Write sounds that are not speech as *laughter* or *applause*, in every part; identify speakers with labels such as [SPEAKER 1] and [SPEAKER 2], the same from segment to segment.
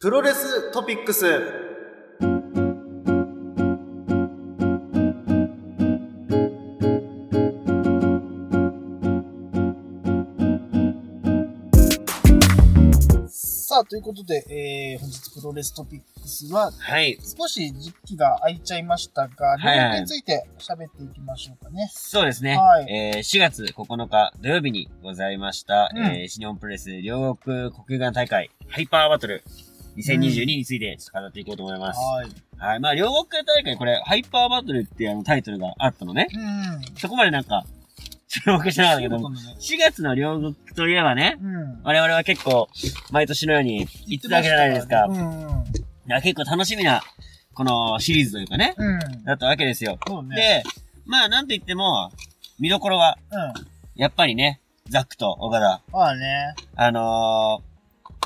[SPEAKER 1] プロレストピックス。
[SPEAKER 2] さあ、ということで、えー、本日プロレストピックスは、
[SPEAKER 1] はい。
[SPEAKER 2] 少し時期が空いちゃいましたが、
[SPEAKER 1] はい
[SPEAKER 2] 内容について喋っていきましょうかね。
[SPEAKER 1] そうですね。
[SPEAKER 2] はい
[SPEAKER 1] えー4月9日土曜日にございました、
[SPEAKER 2] うん
[SPEAKER 1] えー新日本プロレス両国国技館大会ハイパーバトル2022についてちょっと語っていこうと思います。
[SPEAKER 2] はい。
[SPEAKER 1] はい。まあ、両国大会これハイパーバトルっていうあのタイトルがあったのね。
[SPEAKER 2] うん。
[SPEAKER 1] そこまでなんか注目してなかったけ
[SPEAKER 2] *laughs*
[SPEAKER 1] ども、4月の両国といえばね、
[SPEAKER 2] うん。
[SPEAKER 1] 我々は結構毎年のように行ってたわけじゃないですか。
[SPEAKER 2] う
[SPEAKER 1] だか
[SPEAKER 2] ん。
[SPEAKER 1] ら結構楽しみなこのシリーズというかね、
[SPEAKER 2] うん。
[SPEAKER 1] だったわけですよ。
[SPEAKER 2] そうね。
[SPEAKER 1] で、まあなんと言っても、見どころは、
[SPEAKER 2] うん。
[SPEAKER 1] やっぱりね、ザックと岡田、
[SPEAKER 2] まあね。
[SPEAKER 1] あの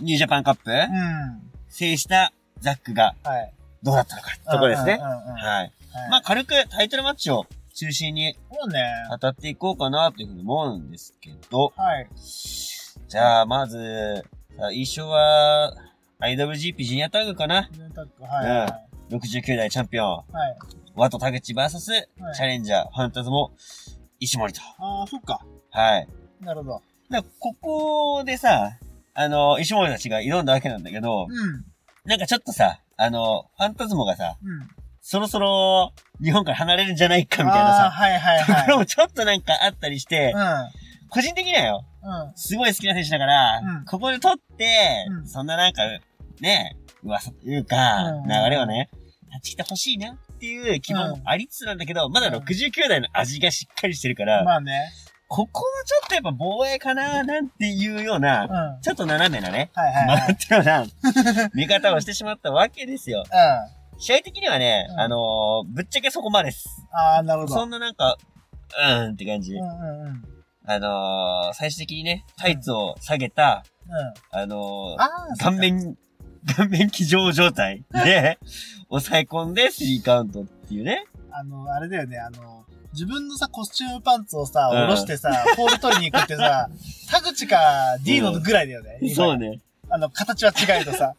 [SPEAKER 1] ー、ニュージャパンカップ、
[SPEAKER 2] うん。
[SPEAKER 1] 制したザックが
[SPEAKER 2] はい。
[SPEAKER 1] どうだったのかってとこですね
[SPEAKER 2] うん。うんうん。
[SPEAKER 1] はい。ま
[SPEAKER 2] ま
[SPEAKER 1] あ軽くタイトルマッチを中心に
[SPEAKER 2] そうね。
[SPEAKER 1] 語っていこうかなというふうに思うんですけど、
[SPEAKER 2] はい。
[SPEAKER 1] じゃあまず、最初は、IWGP ジュニアタッグかな
[SPEAKER 2] ジュンタック、はい。は
[SPEAKER 1] ?69 代チャンピオン、
[SPEAKER 2] い。はい。
[SPEAKER 1] ワト・タグチ VS、
[SPEAKER 2] はい
[SPEAKER 1] チャレンジャー、ファンタズモ、石森と。
[SPEAKER 2] ああ、そっか。
[SPEAKER 1] はい。
[SPEAKER 2] なるほど。
[SPEAKER 1] だからここでさ、あの、石森たちが挑んだわけなんだけど
[SPEAKER 2] う、ん。
[SPEAKER 1] なんかちょっとさ、あの、ファンタズモがさ、
[SPEAKER 2] うん。
[SPEAKER 1] そろそろ日本から離れるんじゃないかみたい
[SPEAKER 2] ああー、
[SPEAKER 1] な
[SPEAKER 2] はいはい
[SPEAKER 1] *laughs* さ、ところ
[SPEAKER 2] はい。
[SPEAKER 1] もちょっとなんかあったりして、個人的にはよ、
[SPEAKER 2] うん。うん。
[SPEAKER 1] すごい好きな選手だから、
[SPEAKER 2] うん
[SPEAKER 1] ここで取って、
[SPEAKER 2] うん
[SPEAKER 1] そんななんか、ね、噂というか、
[SPEAKER 2] うん
[SPEAKER 1] 流れをね、断ち切ってほしいなっていう希望もありつつなんだけど、まだ
[SPEAKER 2] うん
[SPEAKER 1] 69代の味がしっかりしてるから、
[SPEAKER 2] まあね。
[SPEAKER 1] ここはちょっとやっぱ防衛かななんていうよう
[SPEAKER 2] うん。
[SPEAKER 1] な、
[SPEAKER 2] は
[SPEAKER 1] ちょっと斜めなね、
[SPEAKER 2] いはい
[SPEAKER 1] 曲
[SPEAKER 2] は
[SPEAKER 1] が
[SPEAKER 2] い。
[SPEAKER 1] ったような見方をしてしまったわけです
[SPEAKER 2] *laughs*
[SPEAKER 1] よ。
[SPEAKER 2] うん。あ
[SPEAKER 1] 試合的にはね、
[SPEAKER 2] うん
[SPEAKER 1] あのーぶっちゃけそこまでです。
[SPEAKER 2] あー、なるほど。
[SPEAKER 1] そんななんか、うーんって感じ。
[SPEAKER 2] うんうんうん。うん。
[SPEAKER 1] あのー最終的にね、タイツを下げた、あのー
[SPEAKER 2] ああ、
[SPEAKER 1] 顔面、顔面騎乗状態
[SPEAKER 2] *laughs*
[SPEAKER 1] で、抑え込んでスリーカウントっていうね。
[SPEAKER 2] あの、あれだよね、あの、自分のさ、コスチュームパンツをさ、
[SPEAKER 1] うん
[SPEAKER 2] 下ろしてさ、ポール取りに行くって
[SPEAKER 1] *laughs*
[SPEAKER 2] さ、田口か D のぐらいだよね。今
[SPEAKER 1] そう。ね。
[SPEAKER 2] あの、形は違うと
[SPEAKER 1] *laughs*
[SPEAKER 2] さ。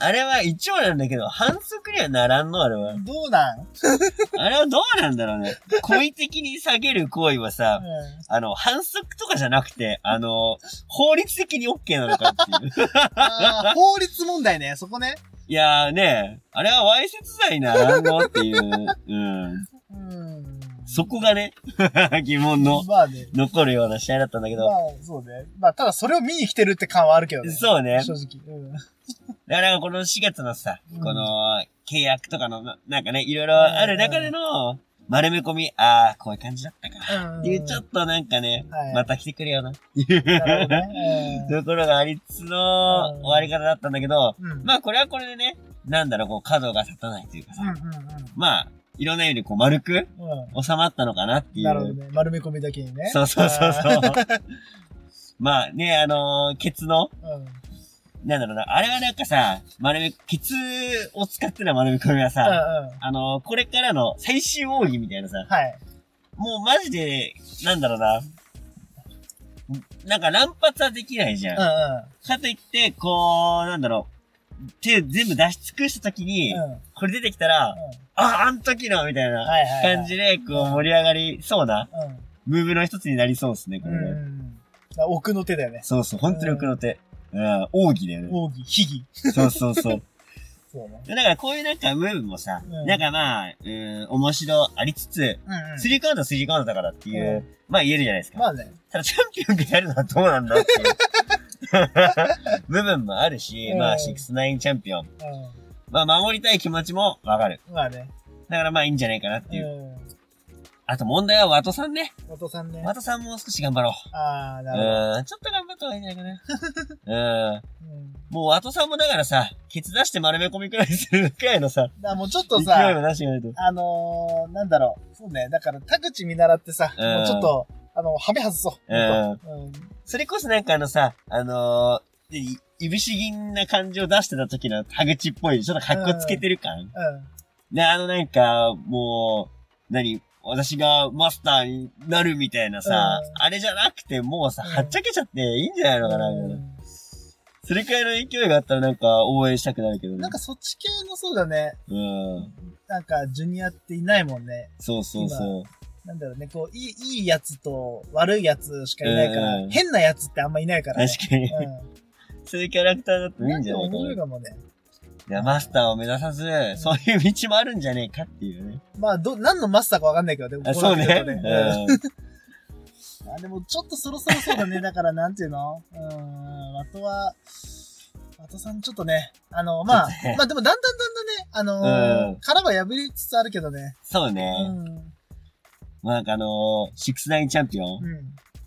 [SPEAKER 1] あれは一応なんだけど、反則にはならんの、あれは。
[SPEAKER 2] どうなんうん。
[SPEAKER 1] あれはどうなんだろ
[SPEAKER 2] *laughs*
[SPEAKER 1] うね。故意的に下げる行為はさ、あの、反則とかじゃなくて、あの、法律的に OK なのかっていう。 *laughs*
[SPEAKER 2] あー法律問題ね、そこね。
[SPEAKER 1] いやーね、あれはわいせつ罪ならんのっていう、うん。
[SPEAKER 2] うん。
[SPEAKER 1] そこがね、 *laughs* 疑問の
[SPEAKER 2] まあね。
[SPEAKER 1] 残るような試合だったんだけ
[SPEAKER 2] ま
[SPEAKER 1] ど。
[SPEAKER 2] あ、そうね。まあ、ただそれを見に来てるって感はあるけどね。
[SPEAKER 1] そうね。
[SPEAKER 2] 正直。うん。
[SPEAKER 1] だからこの4月のさ
[SPEAKER 2] うん、
[SPEAKER 1] この契約とかのな、なんかね、いろいろある中での丸め込み、あー、こういう感じだったか。っていう、ちょっとなんかね
[SPEAKER 2] はい、
[SPEAKER 1] また来てくれよな。
[SPEAKER 2] なるほどね。
[SPEAKER 1] ところがありつつの
[SPEAKER 2] うん
[SPEAKER 1] 終わり方だったんだけど、 *laughs*
[SPEAKER 2] うん。うん
[SPEAKER 1] まあこれはこれでね、なんだろう、こう角が立たないというか
[SPEAKER 2] うん
[SPEAKER 1] さ、
[SPEAKER 2] う
[SPEAKER 1] まあ、いろんな意味でこう丸く
[SPEAKER 2] んうん。う
[SPEAKER 1] 収まったのかなって
[SPEAKER 2] ん。
[SPEAKER 1] い
[SPEAKER 2] なるほど
[SPEAKER 1] う。
[SPEAKER 2] ね。丸め込みだけにね。
[SPEAKER 1] そうそうそうそう
[SPEAKER 2] あ。
[SPEAKER 1] まあね、あのーケツの、
[SPEAKER 2] ー。うん。
[SPEAKER 1] なんだろうな、あれはなんかさ、丸め、ケツを使っての丸め込みはさ、
[SPEAKER 2] うんうん。
[SPEAKER 1] あのーこれからの最終奥義みたいなさ、
[SPEAKER 2] はい。
[SPEAKER 1] もうマジで、なんだろうな、なんか乱発はできないじゃん。
[SPEAKER 2] うんうん。
[SPEAKER 1] かといって、こう、なんだろう、手全部出し尽くしたときに、
[SPEAKER 2] うんうん
[SPEAKER 1] これ出てきたら、あ、あん時のみたいな
[SPEAKER 2] はいはいはい。
[SPEAKER 1] 感じで、こう盛り上がりそうな、ムーブの一つになりそうですね、こ
[SPEAKER 2] う
[SPEAKER 1] れ
[SPEAKER 2] ん。う
[SPEAKER 1] ね。
[SPEAKER 2] ん。だ奥の手だよね。
[SPEAKER 1] そうそう、本当に奥の手。うん、奥義だよね。
[SPEAKER 2] 奥義、秘技。
[SPEAKER 1] そうそうそう。 *laughs*
[SPEAKER 2] そうね。
[SPEAKER 1] だからこういうなんかムーブもさ、
[SPEAKER 2] うん
[SPEAKER 1] なんかまあ、うん、面白ありつつ、
[SPEAKER 2] うんうん。
[SPEAKER 1] スリーカウントはスリーカウントだからっていうう、まあ言えるじゃないですか。
[SPEAKER 2] まあね。
[SPEAKER 1] ただチャンピオンがやるのはどうなんだってい
[SPEAKER 2] *laughs*
[SPEAKER 1] う *laughs* 部分もあるし、ま
[SPEAKER 2] う
[SPEAKER 1] あ
[SPEAKER 2] ん
[SPEAKER 1] 69チャンピオン。まあ守りたい気持ちもわかる。
[SPEAKER 2] うん。まあね。
[SPEAKER 1] だからまあいいんじゃないかなって
[SPEAKER 2] う
[SPEAKER 1] いう。
[SPEAKER 2] ん。
[SPEAKER 1] あと問題はワトさんね。
[SPEAKER 2] お父さんね
[SPEAKER 1] ワ。トさんもう少し頑張ろう。
[SPEAKER 2] ああ、なる
[SPEAKER 1] うん、ちょっと頑張った方がいいんじゃないかな。
[SPEAKER 2] ほ
[SPEAKER 1] *laughs* うん。
[SPEAKER 2] ど。うん。
[SPEAKER 1] もうワトさんもだからさ、ケツ出して丸め込みくらいするくらいのさ、
[SPEAKER 2] だからもうちょっと
[SPEAKER 1] 勢いを
[SPEAKER 2] さ、
[SPEAKER 1] 出していかないと。
[SPEAKER 2] あのー、なんだろう。そうね。だから、田口見習ってさ、
[SPEAKER 1] うん
[SPEAKER 2] もうちょっと、あの、はめ外そう。
[SPEAKER 1] うん
[SPEAKER 2] うん。
[SPEAKER 1] それこそなんかあのさ、あのー、いいぶし銀な感じを出してた時のタグチっぽい、ちょっと格好つけてる感。
[SPEAKER 2] うん。
[SPEAKER 1] ね、あのなんか、もう、何私がマスターになるみたいなさ、
[SPEAKER 2] うん
[SPEAKER 1] あれじゃなくて、もうさ、
[SPEAKER 2] うん
[SPEAKER 1] はっちゃけちゃっていいんじゃないのかな、みたいな
[SPEAKER 2] うん
[SPEAKER 1] それくらいの勢いがあったらなんか応援したくなるけどね。
[SPEAKER 2] なんかそっち系のそうだね。
[SPEAKER 1] うん。
[SPEAKER 2] なんか、ジュニアっていないもんね。
[SPEAKER 1] そうそうそう。
[SPEAKER 2] なんだろうね、こう、いい、いいやつと悪いやつしかいないから、
[SPEAKER 1] うんうん
[SPEAKER 2] 変なやつってあんまいないから、ね。
[SPEAKER 1] 確かに。
[SPEAKER 2] か
[SPEAKER 1] そういうキャラクターだと
[SPEAKER 2] うん。
[SPEAKER 1] いい
[SPEAKER 2] なん
[SPEAKER 1] んじ
[SPEAKER 2] で
[SPEAKER 1] ゃないか
[SPEAKER 2] 面白い
[SPEAKER 1] な。
[SPEAKER 2] かもね。
[SPEAKER 1] いや、マスターを目指さず、そういう道もあるんじゃねえかっていうね。
[SPEAKER 2] まあ、ど、何のマスターかわかんないけどね。
[SPEAKER 1] あ、そうね。
[SPEAKER 2] こなってくるとね
[SPEAKER 1] う
[SPEAKER 2] あでもちょっとそろそろそうだね。だからなんていうのうーん、ワトは、ワトさんちょっとね、あの、まあ
[SPEAKER 1] ちょっとね、
[SPEAKER 2] まあでもだんだんだんだんね、あのー
[SPEAKER 1] うん
[SPEAKER 2] 殻は破れつつあるけどね。
[SPEAKER 1] そう
[SPEAKER 2] う
[SPEAKER 1] ね。
[SPEAKER 2] ん。
[SPEAKER 1] まあ、なんかあのー、シックスナインチャンピオン。
[SPEAKER 2] うん。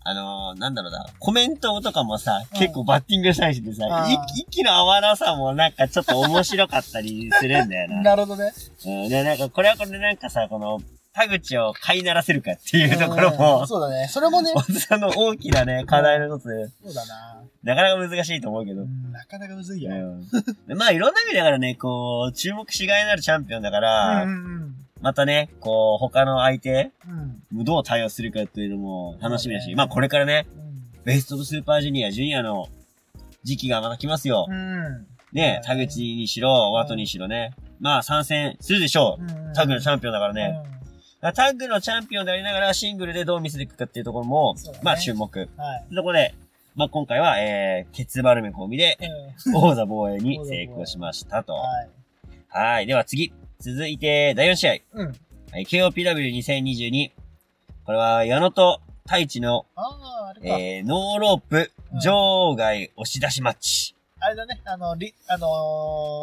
[SPEAKER 1] あのー、なんだろうな。コメントとかもさ、
[SPEAKER 2] うん
[SPEAKER 1] 結構バッティングしたりしてさ
[SPEAKER 2] あ、ー
[SPEAKER 1] い息の合わなさもなんかちょっと面白かったりするんだよな。
[SPEAKER 2] なるほどね。
[SPEAKER 1] うん。で、なんかこれはこれでなんかさ、この、田口を飼いならせるかっていうところ
[SPEAKER 2] う
[SPEAKER 1] も
[SPEAKER 2] ん、そうだね。それもね、
[SPEAKER 1] 本当の大きなね、課題の一つで、
[SPEAKER 2] そうだな。
[SPEAKER 1] なかなか難しいと思うけ
[SPEAKER 2] う
[SPEAKER 1] ど。
[SPEAKER 2] ん、なかなかむずいよ。
[SPEAKER 1] うん、 *laughs* まあいろんな意味だからね、こう、注目しがいのあるチャンピオンだか
[SPEAKER 2] う
[SPEAKER 1] ら、
[SPEAKER 2] んうん
[SPEAKER 1] またね、こう、他の相手、
[SPEAKER 2] うん。うん。
[SPEAKER 1] どう対応するかっていうのも楽しみだ
[SPEAKER 2] そう
[SPEAKER 1] し、
[SPEAKER 2] ね
[SPEAKER 1] まあこれからね、
[SPEAKER 2] うん
[SPEAKER 1] ベストオブスーパージュニア、ジュニアの時期がまた来ますよ。
[SPEAKER 2] うん。
[SPEAKER 1] ね、
[SPEAKER 2] そ
[SPEAKER 1] 田
[SPEAKER 2] うね
[SPEAKER 1] 口にしろ、ワトにしろね。まあ参戦するでしょう。タッグのチ
[SPEAKER 2] ャン
[SPEAKER 1] ャンピオンだからね。。だからタッグのチャンピオンでありながらシングルでどう見せていくかっていうところも、
[SPEAKER 2] そうだね
[SPEAKER 1] まあ注目。
[SPEAKER 2] うんはい。
[SPEAKER 1] そこで、まあ今回は、えー、ケツバルメ込み
[SPEAKER 2] *laughs*
[SPEAKER 1] で、
[SPEAKER 2] う
[SPEAKER 1] 王座防衛に成功しましたと
[SPEAKER 2] ん。。はい。
[SPEAKER 1] はい。では次。続いて、第4試合。
[SPEAKER 2] うん。
[SPEAKER 1] はい、KOPW2022。これは、矢野と太一の、
[SPEAKER 2] ああ、あれか。
[SPEAKER 1] えー、ノーロープ、
[SPEAKER 2] うん
[SPEAKER 1] 場外押し出しマッチ。 *laughs*
[SPEAKER 2] あれだね。あの、り、あのー、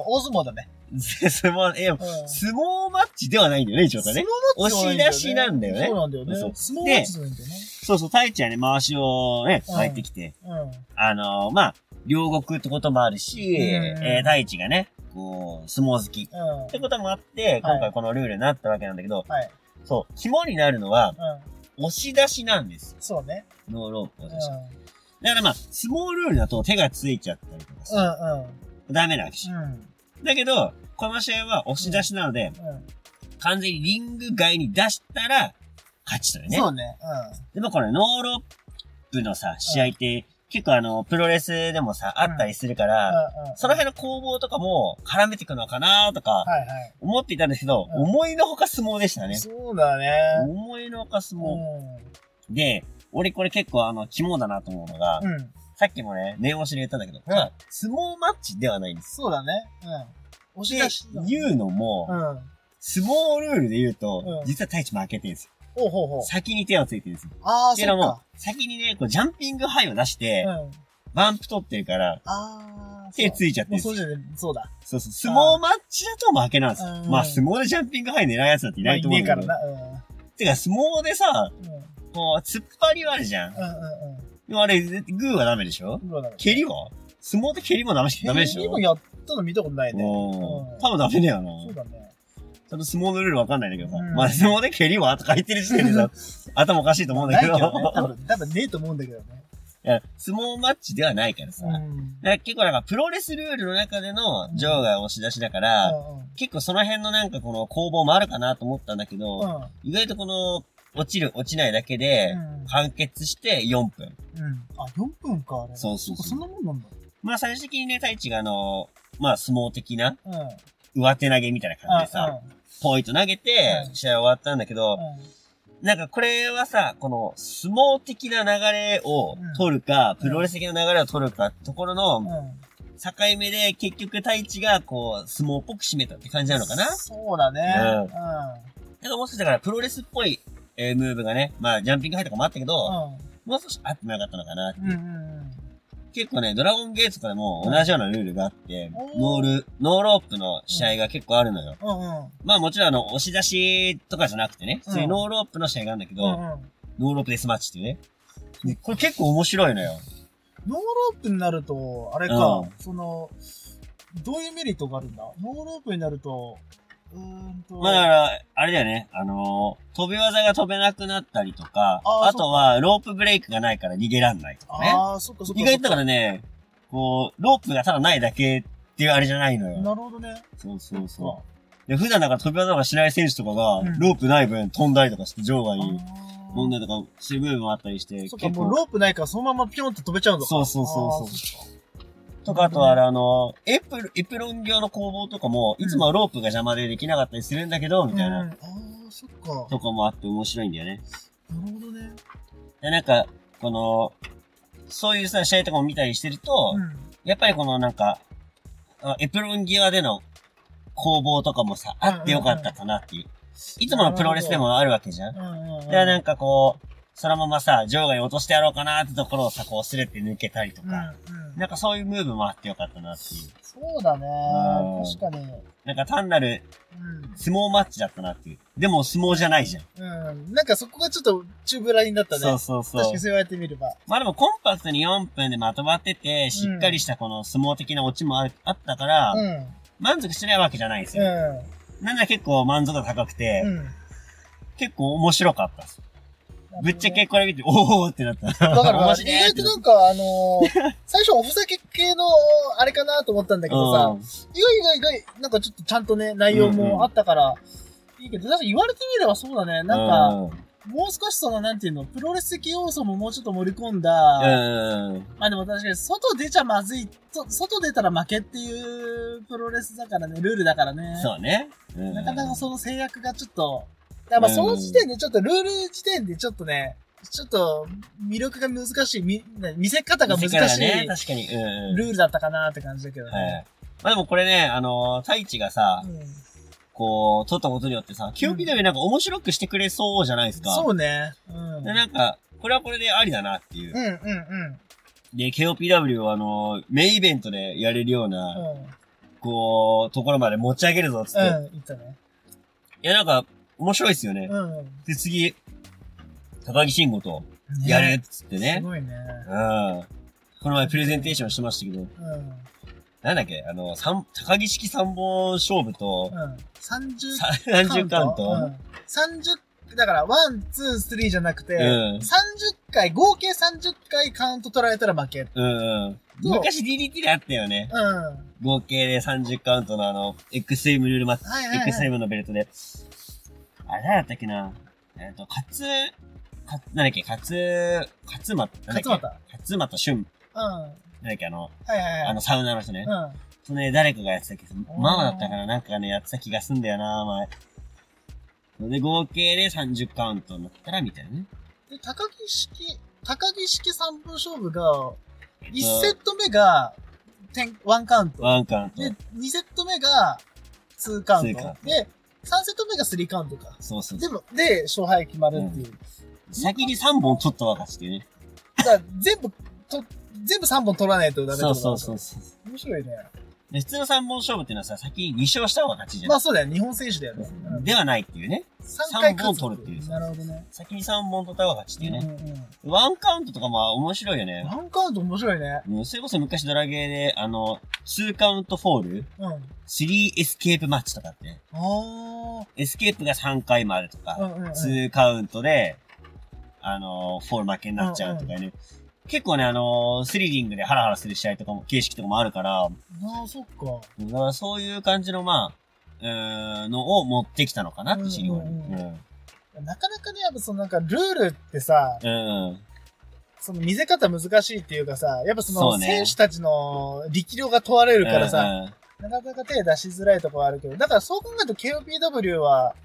[SPEAKER 2] 大相撲だね。
[SPEAKER 1] 相撲、えー
[SPEAKER 2] うん。
[SPEAKER 1] 相撲マッチではないんだよね、一応
[SPEAKER 2] 相
[SPEAKER 1] か
[SPEAKER 2] 撲
[SPEAKER 1] ね。
[SPEAKER 2] マッチじゃないんだよね
[SPEAKER 1] 押し出しなんだよね
[SPEAKER 2] そうなんだよね
[SPEAKER 1] そう。
[SPEAKER 2] 相撲マッチじゃないんだよね。
[SPEAKER 1] そうそう、太一はね、回しをね、
[SPEAKER 2] うん
[SPEAKER 1] 入ってきて、
[SPEAKER 2] うん。
[SPEAKER 1] あのーまあ、両国ってこともあるし、
[SPEAKER 2] うん
[SPEAKER 1] えー、太一がね、こう、相撲好き。
[SPEAKER 2] うん。
[SPEAKER 1] ってこともあって、今回このルールになったわけなんだけど、
[SPEAKER 2] はい。
[SPEAKER 1] そう、肝になるのは、
[SPEAKER 2] うん。
[SPEAKER 1] 押し出しなんですよ。
[SPEAKER 2] そうね。
[SPEAKER 1] ノーロープ押し出し。
[SPEAKER 2] う
[SPEAKER 1] だからまあ、相撲ルールだと手がついちゃったりとか
[SPEAKER 2] ん。う
[SPEAKER 1] さ、
[SPEAKER 2] ん。うん。
[SPEAKER 1] ダメなわけじゃん
[SPEAKER 2] うん。
[SPEAKER 1] だけど、この試合は押し出しなので、
[SPEAKER 2] うん
[SPEAKER 1] 完全にリング外に出したら、勝ちというね。
[SPEAKER 2] そうね。
[SPEAKER 1] でもこれ、ノーロップのさ、試合って、結構あの、プロレスでもさ、あったりするか
[SPEAKER 2] うん。
[SPEAKER 1] ら、
[SPEAKER 2] うん。うん。
[SPEAKER 1] その辺の攻防とかも絡めていくのかなと
[SPEAKER 2] は
[SPEAKER 1] か、
[SPEAKER 2] いは
[SPEAKER 1] 思っていたんですけど、
[SPEAKER 2] うん
[SPEAKER 1] 思いのほか相撲でした
[SPEAKER 2] い。
[SPEAKER 1] ね。
[SPEAKER 2] そうだね。
[SPEAKER 1] 思いのほか相
[SPEAKER 2] う
[SPEAKER 1] 撲。
[SPEAKER 2] ん。
[SPEAKER 1] で、俺これ結構あの、肝だなと思うのが、
[SPEAKER 2] うん。
[SPEAKER 1] さっきもね、念押しで言ったんだけど、
[SPEAKER 2] うん
[SPEAKER 1] まあ相撲マッチではないんです。
[SPEAKER 2] そうだね。うん。押し
[SPEAKER 1] で
[SPEAKER 2] 出し。、
[SPEAKER 1] 言うのも、
[SPEAKER 2] うん。
[SPEAKER 1] 相撲ルールで言うと、
[SPEAKER 2] うん
[SPEAKER 1] 実は太一負けてるんです
[SPEAKER 2] ほうほうほ
[SPEAKER 1] よ。
[SPEAKER 2] う。
[SPEAKER 1] 先に手をついてるんですよ。
[SPEAKER 2] ああ、
[SPEAKER 1] ってい
[SPEAKER 2] そう
[SPEAKER 1] の
[SPEAKER 2] う
[SPEAKER 1] も
[SPEAKER 2] か。、
[SPEAKER 1] 先にね、こうジャンピングハイを出し
[SPEAKER 2] う
[SPEAKER 1] て、
[SPEAKER 2] ん。
[SPEAKER 1] バンプ取ってるから、
[SPEAKER 2] ああ。
[SPEAKER 1] 手ついちゃって
[SPEAKER 2] も
[SPEAKER 1] る
[SPEAKER 2] うんそ
[SPEAKER 1] です
[SPEAKER 2] う
[SPEAKER 1] よ。
[SPEAKER 2] じゃね、そうだ。
[SPEAKER 1] そうそう。相撲マッチだと負けなんです
[SPEAKER 2] あ
[SPEAKER 1] よ
[SPEAKER 2] ー。
[SPEAKER 1] まあ、相撲でジャンピングハイ狙うやつだってい
[SPEAKER 2] まあ
[SPEAKER 1] ないいと思
[SPEAKER 2] ね
[SPEAKER 1] う
[SPEAKER 2] え
[SPEAKER 1] ん
[SPEAKER 2] か
[SPEAKER 1] だ
[SPEAKER 2] ら
[SPEAKER 1] けど。
[SPEAKER 2] な。うん。
[SPEAKER 1] てか、相撲でさ、
[SPEAKER 2] うん。
[SPEAKER 1] こう、突っ張りはあるじゃ
[SPEAKER 2] う
[SPEAKER 1] ん。
[SPEAKER 2] ん。
[SPEAKER 1] でもあれ、グーはダメでしょ
[SPEAKER 2] うん。うん。
[SPEAKER 1] 蹴りは相撲で蹴りもダメしダメでし
[SPEAKER 2] 蹴り
[SPEAKER 1] ょ
[SPEAKER 2] もやったの見たことないね。
[SPEAKER 1] お
[SPEAKER 2] うん
[SPEAKER 1] ー多分ダメだよな。
[SPEAKER 2] そうだね。
[SPEAKER 1] ちょっと相撲のルールわかんないんだけど
[SPEAKER 2] う
[SPEAKER 1] さ。
[SPEAKER 2] ん
[SPEAKER 1] まあ、相撲で蹴りはとか言ってる時点でさ、頭おかしいと思うんだ
[SPEAKER 2] ない
[SPEAKER 1] け
[SPEAKER 2] け
[SPEAKER 1] ど。
[SPEAKER 2] どね。多分、多分ねえと思うんだけどね。
[SPEAKER 1] *laughs* いや、相撲マッチではないからさ。
[SPEAKER 2] うん。う
[SPEAKER 1] だか
[SPEAKER 2] ん
[SPEAKER 1] ら結構なんかプロレスルールの中での場外押し出しだから、
[SPEAKER 2] う
[SPEAKER 1] 結構その辺のなんかこの攻防もあるかなと思ったんだけど、
[SPEAKER 2] ん。うん。
[SPEAKER 1] 意外とこの落ちる落ちないだけで、完結して4分。
[SPEAKER 2] うん。あ、4分か、あれ。
[SPEAKER 1] そうそうそう
[SPEAKER 2] そんなもんなんだ。
[SPEAKER 1] まあ最終的にね、太一があの、まあ相撲的な
[SPEAKER 2] うん。うん。
[SPEAKER 1] 上手投げみたいな感じでさ、ポイと投げて
[SPEAKER 2] うん
[SPEAKER 1] 試合終わったんだけど、なんかこれはさ、この相撲的な流れを取るか、プロレス的な流れを取るかってところの、
[SPEAKER 2] うん。うん。
[SPEAKER 1] 境目で結局太一がこう、相撲っぽく締めたって感じなのかなだか
[SPEAKER 2] そうだね。
[SPEAKER 1] らもう少しだからプロレスっぽい、えームーブがね、まあジャンピングハイとかもあったけど、もう少しあってもよかったのかな。
[SPEAKER 2] うん。うん。うん。うん。
[SPEAKER 1] 結構ね、ドラゴンゲートとかでも同じようなルールがあって、
[SPEAKER 2] うん
[SPEAKER 1] ノール、ノーロープの試合が結構あるのよ。
[SPEAKER 2] うん。うん。
[SPEAKER 1] まあもちろんあの、押し出しとかじゃなくてね、普通にノーロープの試合があるんだけど、
[SPEAKER 2] うん。
[SPEAKER 1] ノーロープデスマッチっていうね。でこれ結構面白いのよ。
[SPEAKER 2] ノーロープになると、あれか、
[SPEAKER 1] うん
[SPEAKER 2] その、どういうメリットがあるんだノーロープになると、うーんと、
[SPEAKER 1] まあだから、あれだよね。あのー飛び技が飛べなくなったりとか、
[SPEAKER 2] あー
[SPEAKER 1] あとはロープブレイクがないから逃げらんないとかね。
[SPEAKER 2] ああ、そっかそっかそっか。
[SPEAKER 1] 意外とだからね、こう、ロープがただないだけっていうあれじゃないのよ。
[SPEAKER 2] なるほどね。
[SPEAKER 1] そうそうそう。で普段なんか飛び技とかしない選手とかが、
[SPEAKER 2] うん
[SPEAKER 1] ロープない分飛んだりとかして、場外
[SPEAKER 2] あ
[SPEAKER 1] に
[SPEAKER 2] ー
[SPEAKER 1] 飛んだりとかしてる部分もあったりして、
[SPEAKER 2] そっ
[SPEAKER 1] 結
[SPEAKER 2] か、もう
[SPEAKER 1] 構、
[SPEAKER 2] ロープないからそのままピョンと飛べちゃうのか。
[SPEAKER 1] そうそうそうそう
[SPEAKER 2] あーそっか
[SPEAKER 1] とか、あとは、あの、エプロン、エプロン業の工房とかも、いつもはロープが邪魔でできなかったりするんだけど、みたい
[SPEAKER 2] うん
[SPEAKER 1] な、
[SPEAKER 2] ああ、そっか。
[SPEAKER 1] とこもあって面白いんだよね。
[SPEAKER 2] なるほどね。
[SPEAKER 1] で、なんか、この、そういうさ、試合とかも見たりしてると、
[SPEAKER 2] うん。
[SPEAKER 1] やっぱりこのなんか、あエプロン際での攻防とかもさ、あってよかったかなっていう。いつものプロレスでもあるわけじゃん。
[SPEAKER 2] うんうんうん。
[SPEAKER 1] で、なんかこう、そのままさ、場外に落としてやろうかなってところをさ、こう、すれて抜けたりとか、
[SPEAKER 2] うんうん
[SPEAKER 1] なんかそういうムーブもあってよかったなっていう。
[SPEAKER 2] そうだね
[SPEAKER 1] うん。
[SPEAKER 2] 確かに。
[SPEAKER 1] なんか単なる
[SPEAKER 2] うん。
[SPEAKER 1] 相撲マッチだったなっていう。でも相撲じゃないじゃん。
[SPEAKER 2] うん。なんかそこがちょっとチューブラインだったね。
[SPEAKER 1] そうそうそ
[SPEAKER 2] 確
[SPEAKER 1] う
[SPEAKER 2] かに。そう言われてみれば。
[SPEAKER 1] まあでもコンパクトに4分でまとまってて、しっかりしたこの相撲的なオチもあるあったから、
[SPEAKER 2] うん。うん。
[SPEAKER 1] 満足してないわけじゃないんですよ。
[SPEAKER 2] う
[SPEAKER 1] なんだ結構満足度高くて、
[SPEAKER 2] ん。
[SPEAKER 1] 結構面白かったっす。ぶっちゃけこれ見て、おーってなった。
[SPEAKER 2] だから、
[SPEAKER 1] 面
[SPEAKER 2] 意
[SPEAKER 1] 白い
[SPEAKER 2] 外となんか、あのー最初おふざけ系の、あれかなと思ったんだけどさ、意外意外意外、なんかちょっとちゃんとね、内容もあったから、いいけど、確かに言われてみればそうだね。なんか、
[SPEAKER 1] か、
[SPEAKER 2] もう少しその、なんていうの、プロレス的要素ももうちょっと盛り込ん
[SPEAKER 1] う
[SPEAKER 2] だ、
[SPEAKER 1] ん。うん
[SPEAKER 2] まあでも確かに、外出ちゃまずい、と外出たら負けっていうプロレスだからね、ルールだからね。
[SPEAKER 1] そうね。うん
[SPEAKER 2] なかなかその制約がちょっと、だからまあその時点でちょっとルール時点でちょっとね、ちょっと魅力が難しい、みな見せ方が難
[SPEAKER 1] だから
[SPEAKER 2] し
[SPEAKER 1] ね
[SPEAKER 2] い
[SPEAKER 1] 確かに。うん。
[SPEAKER 2] ルールだったかなって感じだけど
[SPEAKER 1] は
[SPEAKER 2] ね。
[SPEAKER 1] い。まあでもこれね、あのー、太一がさ
[SPEAKER 2] う、ん
[SPEAKER 1] こう、撮ったことによってさ、記憶でもなんか面白くしてくれそうじゃないですか。
[SPEAKER 2] そうね。うん。
[SPEAKER 1] で、なんか、これはこれでありだなっていう
[SPEAKER 2] う。んうんうん。
[SPEAKER 1] で、KOPW をあのー、メインイベントでやれるよう
[SPEAKER 2] う
[SPEAKER 1] な、
[SPEAKER 2] ん。うん。
[SPEAKER 1] こう、ところまで持ち上げるぞっつって。い
[SPEAKER 2] 言ったね。
[SPEAKER 1] や、なんか、面白いっすよね。
[SPEAKER 2] うん。
[SPEAKER 1] で、次、高木慎吾と、
[SPEAKER 2] ね
[SPEAKER 1] やるっつって
[SPEAKER 2] す
[SPEAKER 1] ね。
[SPEAKER 2] ごいね。
[SPEAKER 1] うん。この前プレゼンテーションしてましたけど、
[SPEAKER 2] うん。うん。
[SPEAKER 1] なんだっけあの、三、高木式三本勝負と、
[SPEAKER 2] 30
[SPEAKER 1] さ30カウン
[SPEAKER 2] う
[SPEAKER 1] ト
[SPEAKER 2] ん。30、だから、ワン、ツー、スリーじゃなくて、
[SPEAKER 1] うん
[SPEAKER 2] 30回、合計30回カウント取られたら負ける。
[SPEAKER 1] うんうん。
[SPEAKER 2] そう
[SPEAKER 1] 昔 DDT であったよね。
[SPEAKER 2] うん。は
[SPEAKER 1] 合計で30カウントのあの、X イムルールマッチ、
[SPEAKER 2] いはい、はい。
[SPEAKER 1] X イムのベルトで。あれ誰だったっけなえっと、勝つ、か、なんだっけ勝つ、勝つま、なんだっけ
[SPEAKER 2] 勝俣
[SPEAKER 1] 勝つまと俊、
[SPEAKER 2] うん。は
[SPEAKER 1] なんだっけあの、
[SPEAKER 2] いはいはい。
[SPEAKER 1] あの、サウナの人ね。
[SPEAKER 2] うん。
[SPEAKER 1] それね、誰かがやってたけど、
[SPEAKER 2] ー
[SPEAKER 1] ママだったからなんかね、やってた気がすんだよな、前。それで、合計で30カウントになったら、みたいなね。
[SPEAKER 2] で、高木式、高木式三分勝負が、1セット目が、点、ワンカウント。
[SPEAKER 1] ワンカウント
[SPEAKER 2] で。、2セット目が、2カウン
[SPEAKER 1] ツーカウン
[SPEAKER 2] ト。
[SPEAKER 1] ト
[SPEAKER 2] で、3セット目が3カウントか。
[SPEAKER 1] そうそう。
[SPEAKER 2] でも、で、勝敗決まるっていう。
[SPEAKER 1] 先に3本取ったわかしてね。
[SPEAKER 2] だから、全部、と、全部3本取らないとダメって
[SPEAKER 1] そ
[SPEAKER 2] こ
[SPEAKER 1] う
[SPEAKER 2] と
[SPEAKER 1] そう
[SPEAKER 2] う
[SPEAKER 1] そうそう。
[SPEAKER 2] そう。面白いね。
[SPEAKER 1] で普通の3本勝負っていうのはさ、先に2勝した方が勝ちじゃん。
[SPEAKER 2] まあそうだよ、日本選手だよね。うん
[SPEAKER 1] ではないっていうね。
[SPEAKER 2] 3回勝つ。
[SPEAKER 1] 三本取るっていう
[SPEAKER 2] なるほどね。
[SPEAKER 1] 先に3本取った方が勝ちっていう
[SPEAKER 2] う
[SPEAKER 1] ね。
[SPEAKER 2] んうん
[SPEAKER 1] ワンカウントとかも面白いよ
[SPEAKER 2] うん。
[SPEAKER 1] ね。
[SPEAKER 2] ワンカウント面白いね。
[SPEAKER 1] うんそれこそ昔ドラゲーで、あの、2カウントフォール、
[SPEAKER 2] うん。あ
[SPEAKER 1] 3エスケープマッチとかって。
[SPEAKER 2] あ。
[SPEAKER 1] エスケープが3回までとか、
[SPEAKER 2] うんうんうん
[SPEAKER 1] 2カウントで、あのー、フォール負けになっちゃうとかね。結構ね、あのー、スリリングでハラハラする試合とかも、形式とかもあるから、
[SPEAKER 2] ああ、そっか。
[SPEAKER 1] だからそういう感じの、まあ、うーん、のを持ってきたのかなって、資料に。
[SPEAKER 2] うんう
[SPEAKER 1] うん。
[SPEAKER 2] なかなかね、やっぱそのなんかルールってさ、
[SPEAKER 1] うん。
[SPEAKER 2] その見せ方難しいっていうかさ、やっぱそ
[SPEAKER 1] そ
[SPEAKER 2] の
[SPEAKER 1] うね
[SPEAKER 2] 選手たちの力量が問われるからさ、
[SPEAKER 1] うん
[SPEAKER 2] なかなか手出しづらいとこはあるけど、だからそう考えると KOPW は、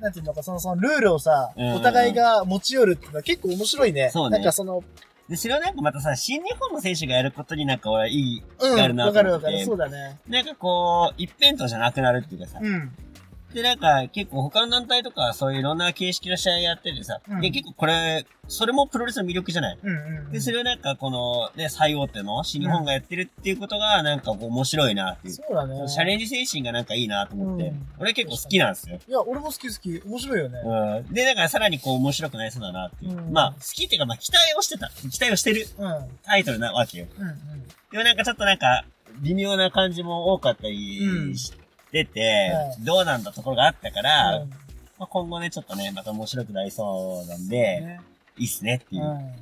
[SPEAKER 2] なんていうのか、そのそのルールをさ、
[SPEAKER 1] うんうん
[SPEAKER 2] お互いが持ち寄るっていうのは結構面白いね。
[SPEAKER 1] そうね
[SPEAKER 2] なんかその、
[SPEAKER 1] で、それをなんかまたさ、新日本の選手がやることになんか俺はいい、
[SPEAKER 2] うん、
[SPEAKER 1] あるな
[SPEAKER 2] わかる
[SPEAKER 1] と思
[SPEAKER 2] わ
[SPEAKER 1] って
[SPEAKER 2] かる、そうだね。
[SPEAKER 1] なんかこう、一辺倒じゃなくなるっていうかさ、
[SPEAKER 2] うん。
[SPEAKER 1] で、なんか、結構他の団体とかはそういういろんな形式の試合やっててさ、
[SPEAKER 2] うん
[SPEAKER 1] で、結構これ、それもプロレスの魅力じゃない。
[SPEAKER 2] うんうん、うん。
[SPEAKER 1] で、それをなんか、この、ね、最大手の新日本がやってるっていうことが、なんかこう面白いなっていう。
[SPEAKER 2] そうだ
[SPEAKER 1] そ
[SPEAKER 2] ね
[SPEAKER 1] の。チャレンジ精神がなんかいいなと思って、
[SPEAKER 2] うん
[SPEAKER 1] 俺結構好きなんですよ。
[SPEAKER 2] いや、俺も好き好き。面白いよね。
[SPEAKER 1] うん。で、だからさらにこう面白くなりそうだなっていう。
[SPEAKER 2] うん
[SPEAKER 1] まあ、好きっていうか、まあ期待をしてた。期待をしてる
[SPEAKER 2] うん。うん、うん。
[SPEAKER 1] タイトルなわけよ。でもなんかちょっとなんか、微妙な感じも多かった
[SPEAKER 2] う
[SPEAKER 1] り
[SPEAKER 2] ん
[SPEAKER 1] してて、
[SPEAKER 2] はい
[SPEAKER 1] どうなんだところがあったから、
[SPEAKER 2] うん
[SPEAKER 1] まあ、今後ね、ちょっとね、また面白くなりそうなんで、
[SPEAKER 2] ね
[SPEAKER 1] いいっすねって
[SPEAKER 2] う
[SPEAKER 1] い
[SPEAKER 2] ん。
[SPEAKER 1] う。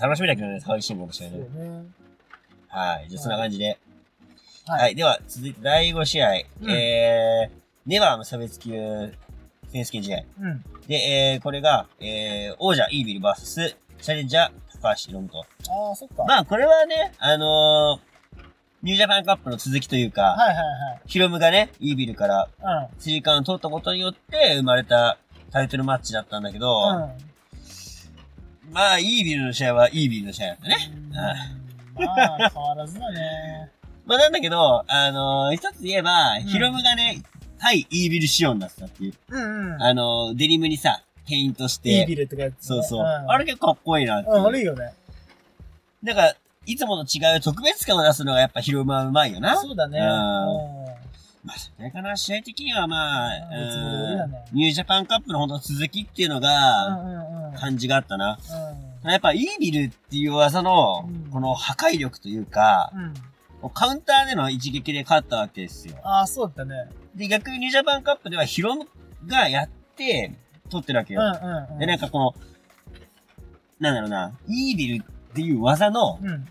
[SPEAKER 1] 楽しみだけどね、騒ぎ新聞もしれ
[SPEAKER 2] そう
[SPEAKER 1] ね。
[SPEAKER 2] ね。
[SPEAKER 1] はい。じゃあそんな感じで。はい。
[SPEAKER 2] はい。
[SPEAKER 1] では、続いて第5試合。
[SPEAKER 2] うん
[SPEAKER 1] えー、ネバー無差別級選手権試合。
[SPEAKER 2] うん。
[SPEAKER 1] で、えー、これが、えー、王者イービル VS チャレンジャー高橋論と。
[SPEAKER 2] ああ、そっか。
[SPEAKER 1] まあ、これはね、あのーニュージャパンカップの続きというか、
[SPEAKER 2] はいはい
[SPEAKER 1] ヒロムがね、イービルから
[SPEAKER 2] はい。
[SPEAKER 1] 追加を取ったことによって生まれたタイトルマッチだったんだけど、
[SPEAKER 2] うん。うん。
[SPEAKER 1] まあ、イービルの試合はイービルの試合なんだね。
[SPEAKER 2] うんまあ、変わらずだね。
[SPEAKER 1] まあ、なんだけど、あのー一つ言えば、
[SPEAKER 2] ん
[SPEAKER 1] ヒロムがね、対イービル仕様になってたっていう。
[SPEAKER 2] うんうん。
[SPEAKER 1] あのーデニムにさ、ペイント
[SPEAKER 2] い
[SPEAKER 1] し
[SPEAKER 2] い
[SPEAKER 1] て、
[SPEAKER 2] ビルとかやつね。
[SPEAKER 1] そうそう。
[SPEAKER 2] ん
[SPEAKER 1] あれ結構かっこいいなっていう
[SPEAKER 2] うん、あれいいよね。
[SPEAKER 1] なんか、いつもの違う特別感を出すのがやっぱヒロムはうまいよな。
[SPEAKER 2] そうだね。
[SPEAKER 1] う
[SPEAKER 2] うんん。
[SPEAKER 1] まあ、それかな、試合的にはまあ、
[SPEAKER 2] うんいつも通りだね
[SPEAKER 1] うんニュージャパンカップの本当の続きっていうの
[SPEAKER 2] うん
[SPEAKER 1] が、
[SPEAKER 2] うんうん。
[SPEAKER 1] 感じがあったな。
[SPEAKER 2] う
[SPEAKER 1] やっぱ、イービルっていう技の
[SPEAKER 2] うん、
[SPEAKER 1] この破壊力というか、
[SPEAKER 2] ん。うん。
[SPEAKER 1] カウンターでの一撃で勝ったわけですよ。
[SPEAKER 2] ああ、そうだったね。
[SPEAKER 1] で、逆にニュージャパンカップではヒロムがやって、取ってるわけ
[SPEAKER 2] うん
[SPEAKER 1] よ。
[SPEAKER 2] うんうん。
[SPEAKER 1] で、なんかこの、なんだろうな、イービルっていう技の、 *clears throat*
[SPEAKER 2] うん。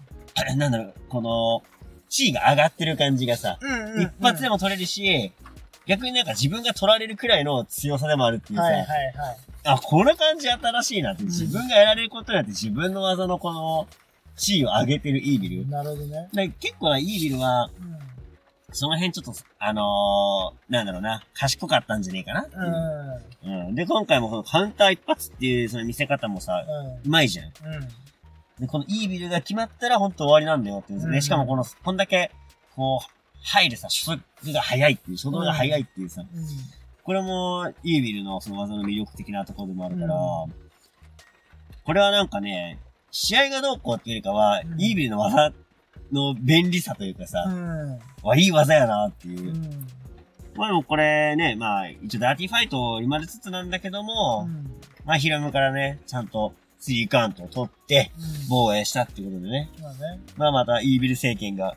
[SPEAKER 1] なんだろう、この、地位が上がってる感じがさ、
[SPEAKER 2] うんうん。
[SPEAKER 1] 一発でも取れるし、逆になんか自分が取られるくらいの強さでもあるっていうさ、
[SPEAKER 2] はいはいはい。
[SPEAKER 1] あ、この感じ新しいなって、
[SPEAKER 2] うん
[SPEAKER 1] 自分がやられることによって自分の技のこの地位を上げてるイービル。
[SPEAKER 2] なるほどね。
[SPEAKER 1] なんか結構なイービルは、
[SPEAKER 2] うん。
[SPEAKER 1] その辺ちょっと、あのー、なんだろうな、賢かったんじゃねえかなっていう
[SPEAKER 2] うん。うん。
[SPEAKER 1] うん。で、今回もこのカウンター一発っていうその見せ方もさ、うまいじゃん。
[SPEAKER 2] うん。
[SPEAKER 1] で、このイービルが決まったら本当終わりなんだよっていう、ね
[SPEAKER 2] うん
[SPEAKER 1] しかもこの、こんだけ、こう、入るさ、初速が速いっていう、初動が速いっていうさ、
[SPEAKER 2] うん。
[SPEAKER 1] これも、イービルのその技の魅力的なところでもあるから、
[SPEAKER 2] う
[SPEAKER 1] これはなんかね、試合がどうこうっていうよりかは、
[SPEAKER 2] うん
[SPEAKER 1] イービルの技の便利さというかさ、
[SPEAKER 2] うん。
[SPEAKER 1] わ、いい技やなっていうう。
[SPEAKER 2] ん。
[SPEAKER 1] まあでもこれね、まあ、一応ダーティーファイトを生まれつつなんだけど
[SPEAKER 2] う
[SPEAKER 1] も、
[SPEAKER 2] ん。
[SPEAKER 1] まあヒラムからね、ちゃんとスリーカウントを取って、防衛したっていうことでね、
[SPEAKER 2] まあね。
[SPEAKER 1] まあまたイービル政権が、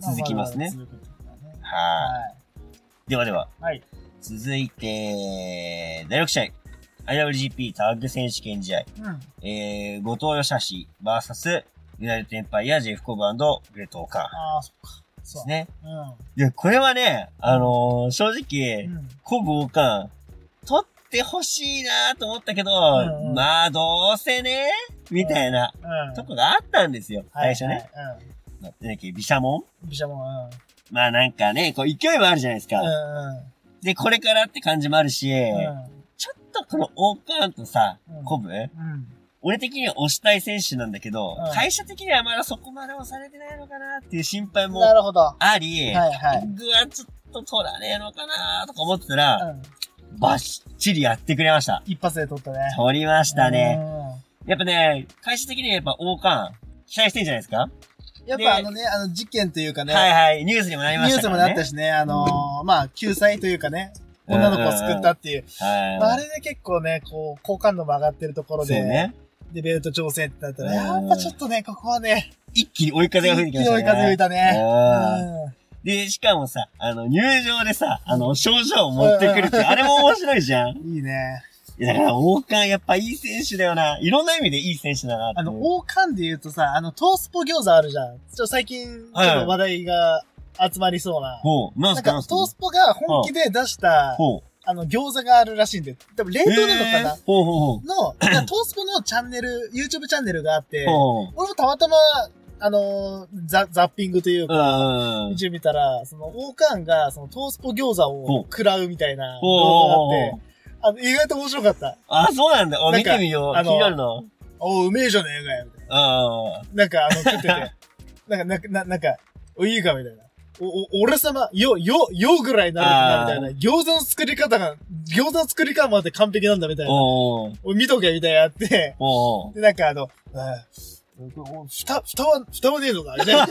[SPEAKER 2] まあ
[SPEAKER 1] 続きますね
[SPEAKER 2] だ続くってことだね
[SPEAKER 1] はい。ではでは、
[SPEAKER 2] はい。はい。
[SPEAKER 1] 続いて、第6試合、IWGP タッグ選手権試合。
[SPEAKER 2] うん。
[SPEAKER 1] えー、後藤義し VS ユナイテッドエンパイア、ジェフコブグレート・オーカー
[SPEAKER 2] ああ、そっか。
[SPEAKER 1] で
[SPEAKER 2] そ
[SPEAKER 1] す
[SPEAKER 2] う。ね。
[SPEAKER 1] ね。
[SPEAKER 2] う
[SPEAKER 1] いや、これはね、あのー正直、
[SPEAKER 2] ん。うん。
[SPEAKER 1] コブ・オーカー、取ってほしいなと思ったけど、
[SPEAKER 2] んうん
[SPEAKER 1] まあ、どうせね、みたいな、
[SPEAKER 2] うん。
[SPEAKER 1] とこがあったんですよ、
[SPEAKER 2] はい
[SPEAKER 1] 最初ね。。
[SPEAKER 2] はい
[SPEAKER 1] なんだっけ、ビシャモン
[SPEAKER 2] うん。ビシャモン、うん。
[SPEAKER 1] まあなんかね、こう勢いはあるじゃないですか。
[SPEAKER 2] う
[SPEAKER 1] で、これからって感じもあるし、
[SPEAKER 2] んうん。
[SPEAKER 1] ちょっとこのオーカーとさ
[SPEAKER 2] う、ん
[SPEAKER 1] コブ、
[SPEAKER 2] うん。
[SPEAKER 1] 俺的には推したい選手なんだけど、
[SPEAKER 2] うん
[SPEAKER 1] 会社的にはまだそこまで押されてないのかなっていう心配
[SPEAKER 2] うん。
[SPEAKER 1] も
[SPEAKER 2] なるほど。は
[SPEAKER 1] あり、
[SPEAKER 2] い
[SPEAKER 1] は
[SPEAKER 2] はい。
[SPEAKER 1] グはちょっと取らねえのかなとか思ってたら、
[SPEAKER 2] うん。
[SPEAKER 1] バッチリやってくれました。
[SPEAKER 2] 一発で取ったね。
[SPEAKER 1] 取りましたね。
[SPEAKER 2] ね。
[SPEAKER 1] やっぱね、会社的にはやっぱ王冠、期待してんじゃないですか、
[SPEAKER 2] やっ
[SPEAKER 1] で
[SPEAKER 2] ぱあのね、あの事件というかね、
[SPEAKER 1] はいはい、ニュースにもなりま
[SPEAKER 2] ニ
[SPEAKER 1] し
[SPEAKER 2] ュー
[SPEAKER 1] た
[SPEAKER 2] ス
[SPEAKER 1] か
[SPEAKER 2] も
[SPEAKER 1] ら
[SPEAKER 2] な
[SPEAKER 1] ね。
[SPEAKER 2] ったしね、あのー、まあ、救済というかね、女の子を救ったっていう。まああ
[SPEAKER 1] はい。
[SPEAKER 2] れで結構ね、こう、好感度も上がってるところ
[SPEAKER 1] そう
[SPEAKER 2] で、
[SPEAKER 1] ね。
[SPEAKER 2] で、ベルト調整ってなったら、
[SPEAKER 1] う
[SPEAKER 2] や
[SPEAKER 1] ん
[SPEAKER 2] っぱちょっとね、ここはね、
[SPEAKER 1] 一気に追い風が吹いてきました
[SPEAKER 2] 強
[SPEAKER 1] ね。
[SPEAKER 2] い風吹いたね。
[SPEAKER 1] で、しかもさ、あの、入場でさ、あの、症状を持ってくるって、あれも面白いじゃん。
[SPEAKER 2] うんいいね。
[SPEAKER 1] いや、だから、王冠やっぱいい選手だよな。いろんな意味でいい選手だなって。
[SPEAKER 2] あの、王冠で言うとさ、あの、トースポ餃子あるじゃん。ちょっと最近、ちょ
[SPEAKER 1] はい
[SPEAKER 2] っと話題が集まりそうな。
[SPEAKER 1] ほう、
[SPEAKER 2] な
[SPEAKER 1] なん
[SPEAKER 2] ん
[SPEAKER 1] すか、な
[SPEAKER 2] か、
[SPEAKER 1] んす
[SPEAKER 2] ト
[SPEAKER 1] か。
[SPEAKER 2] ースポが本気で出した、
[SPEAKER 1] ほう。
[SPEAKER 2] あの、餃子があるらしいんで、多分冷凍なのかな、
[SPEAKER 1] えーほうほう
[SPEAKER 2] の、なんかトースポのチャンネル、YouTube チャンネルがあって、
[SPEAKER 1] ほう。ほう
[SPEAKER 2] 俺もたまたま、あのーザ、ザッピングという
[SPEAKER 1] う
[SPEAKER 2] か、
[SPEAKER 1] ん。うん。
[SPEAKER 2] YouTube 見たら、その、王冠が、その、トースポ餃子
[SPEAKER 1] ほう
[SPEAKER 2] を食らうみたいな動
[SPEAKER 1] ほ
[SPEAKER 2] 画
[SPEAKER 1] う
[SPEAKER 2] があって、あの、意外と面白かった。
[SPEAKER 1] あ、そうなんだ。お
[SPEAKER 2] な
[SPEAKER 1] 見
[SPEAKER 2] んか
[SPEAKER 1] てみよ
[SPEAKER 2] あ
[SPEAKER 1] う。気
[SPEAKER 2] の
[SPEAKER 1] になるな。うん。
[SPEAKER 2] おう、うめえじゃねえかよ、みたい
[SPEAKER 1] あ
[SPEAKER 2] な。なんか、あの、食って
[SPEAKER 1] *laughs*
[SPEAKER 2] て、なんか、なんか、ななんか、おいいか、みたいな。お、お、俺様、よ、よ、よぐらいになるな、みたいな。餃子の作り方が、餃子の作り方まで完璧なんだ、みたいな。
[SPEAKER 1] おう
[SPEAKER 2] おい見とけ、みたいな、あって、
[SPEAKER 1] おう
[SPEAKER 2] で、なんかあの、ああ蓋、蓋は、蓋はねえのかみたいな。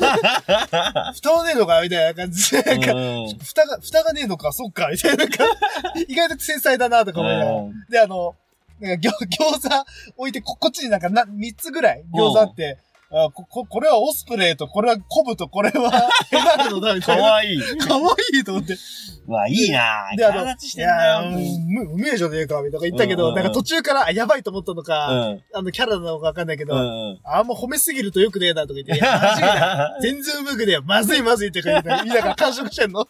[SPEAKER 1] *laughs*
[SPEAKER 2] 蓋はねえのかみたいな感じで、なんか、
[SPEAKER 1] うん
[SPEAKER 2] 蓋が、蓋がねえのか、そっか、みたいな。なんか意外と繊細だな、とか思いながら。で、あの、なんか餃 *laughs* 餃子置いてこ、こっちになんかな、3つぐらい餃子あって、あこ、こ、これはオスプレイと、これはコブと、これ *laughs* はヘナルドだ、み
[SPEAKER 1] か
[SPEAKER 2] たいな。
[SPEAKER 1] わいい。
[SPEAKER 2] かわいいと思って。
[SPEAKER 1] わ、いいなぁ。
[SPEAKER 2] で、あの、
[SPEAKER 1] 体立ちして
[SPEAKER 2] い
[SPEAKER 1] んな
[SPEAKER 2] や
[SPEAKER 1] ぁ。
[SPEAKER 2] ー、
[SPEAKER 1] う
[SPEAKER 2] うんうめえじゃねえか、みたいな言ったけ
[SPEAKER 1] うん
[SPEAKER 2] ど、
[SPEAKER 1] うんう
[SPEAKER 2] なんんか途中から、あ、やばいと思ったのか、
[SPEAKER 1] ん。
[SPEAKER 2] あの、キャラなのかわかんないけ
[SPEAKER 1] う
[SPEAKER 2] ど、
[SPEAKER 1] ん。うん。
[SPEAKER 2] あんま褒めすぎるとよくねえなとか言って、いやマジで全然うまくねえよ。まずいまずいって言う *laughs* から、みんなから完食してんの。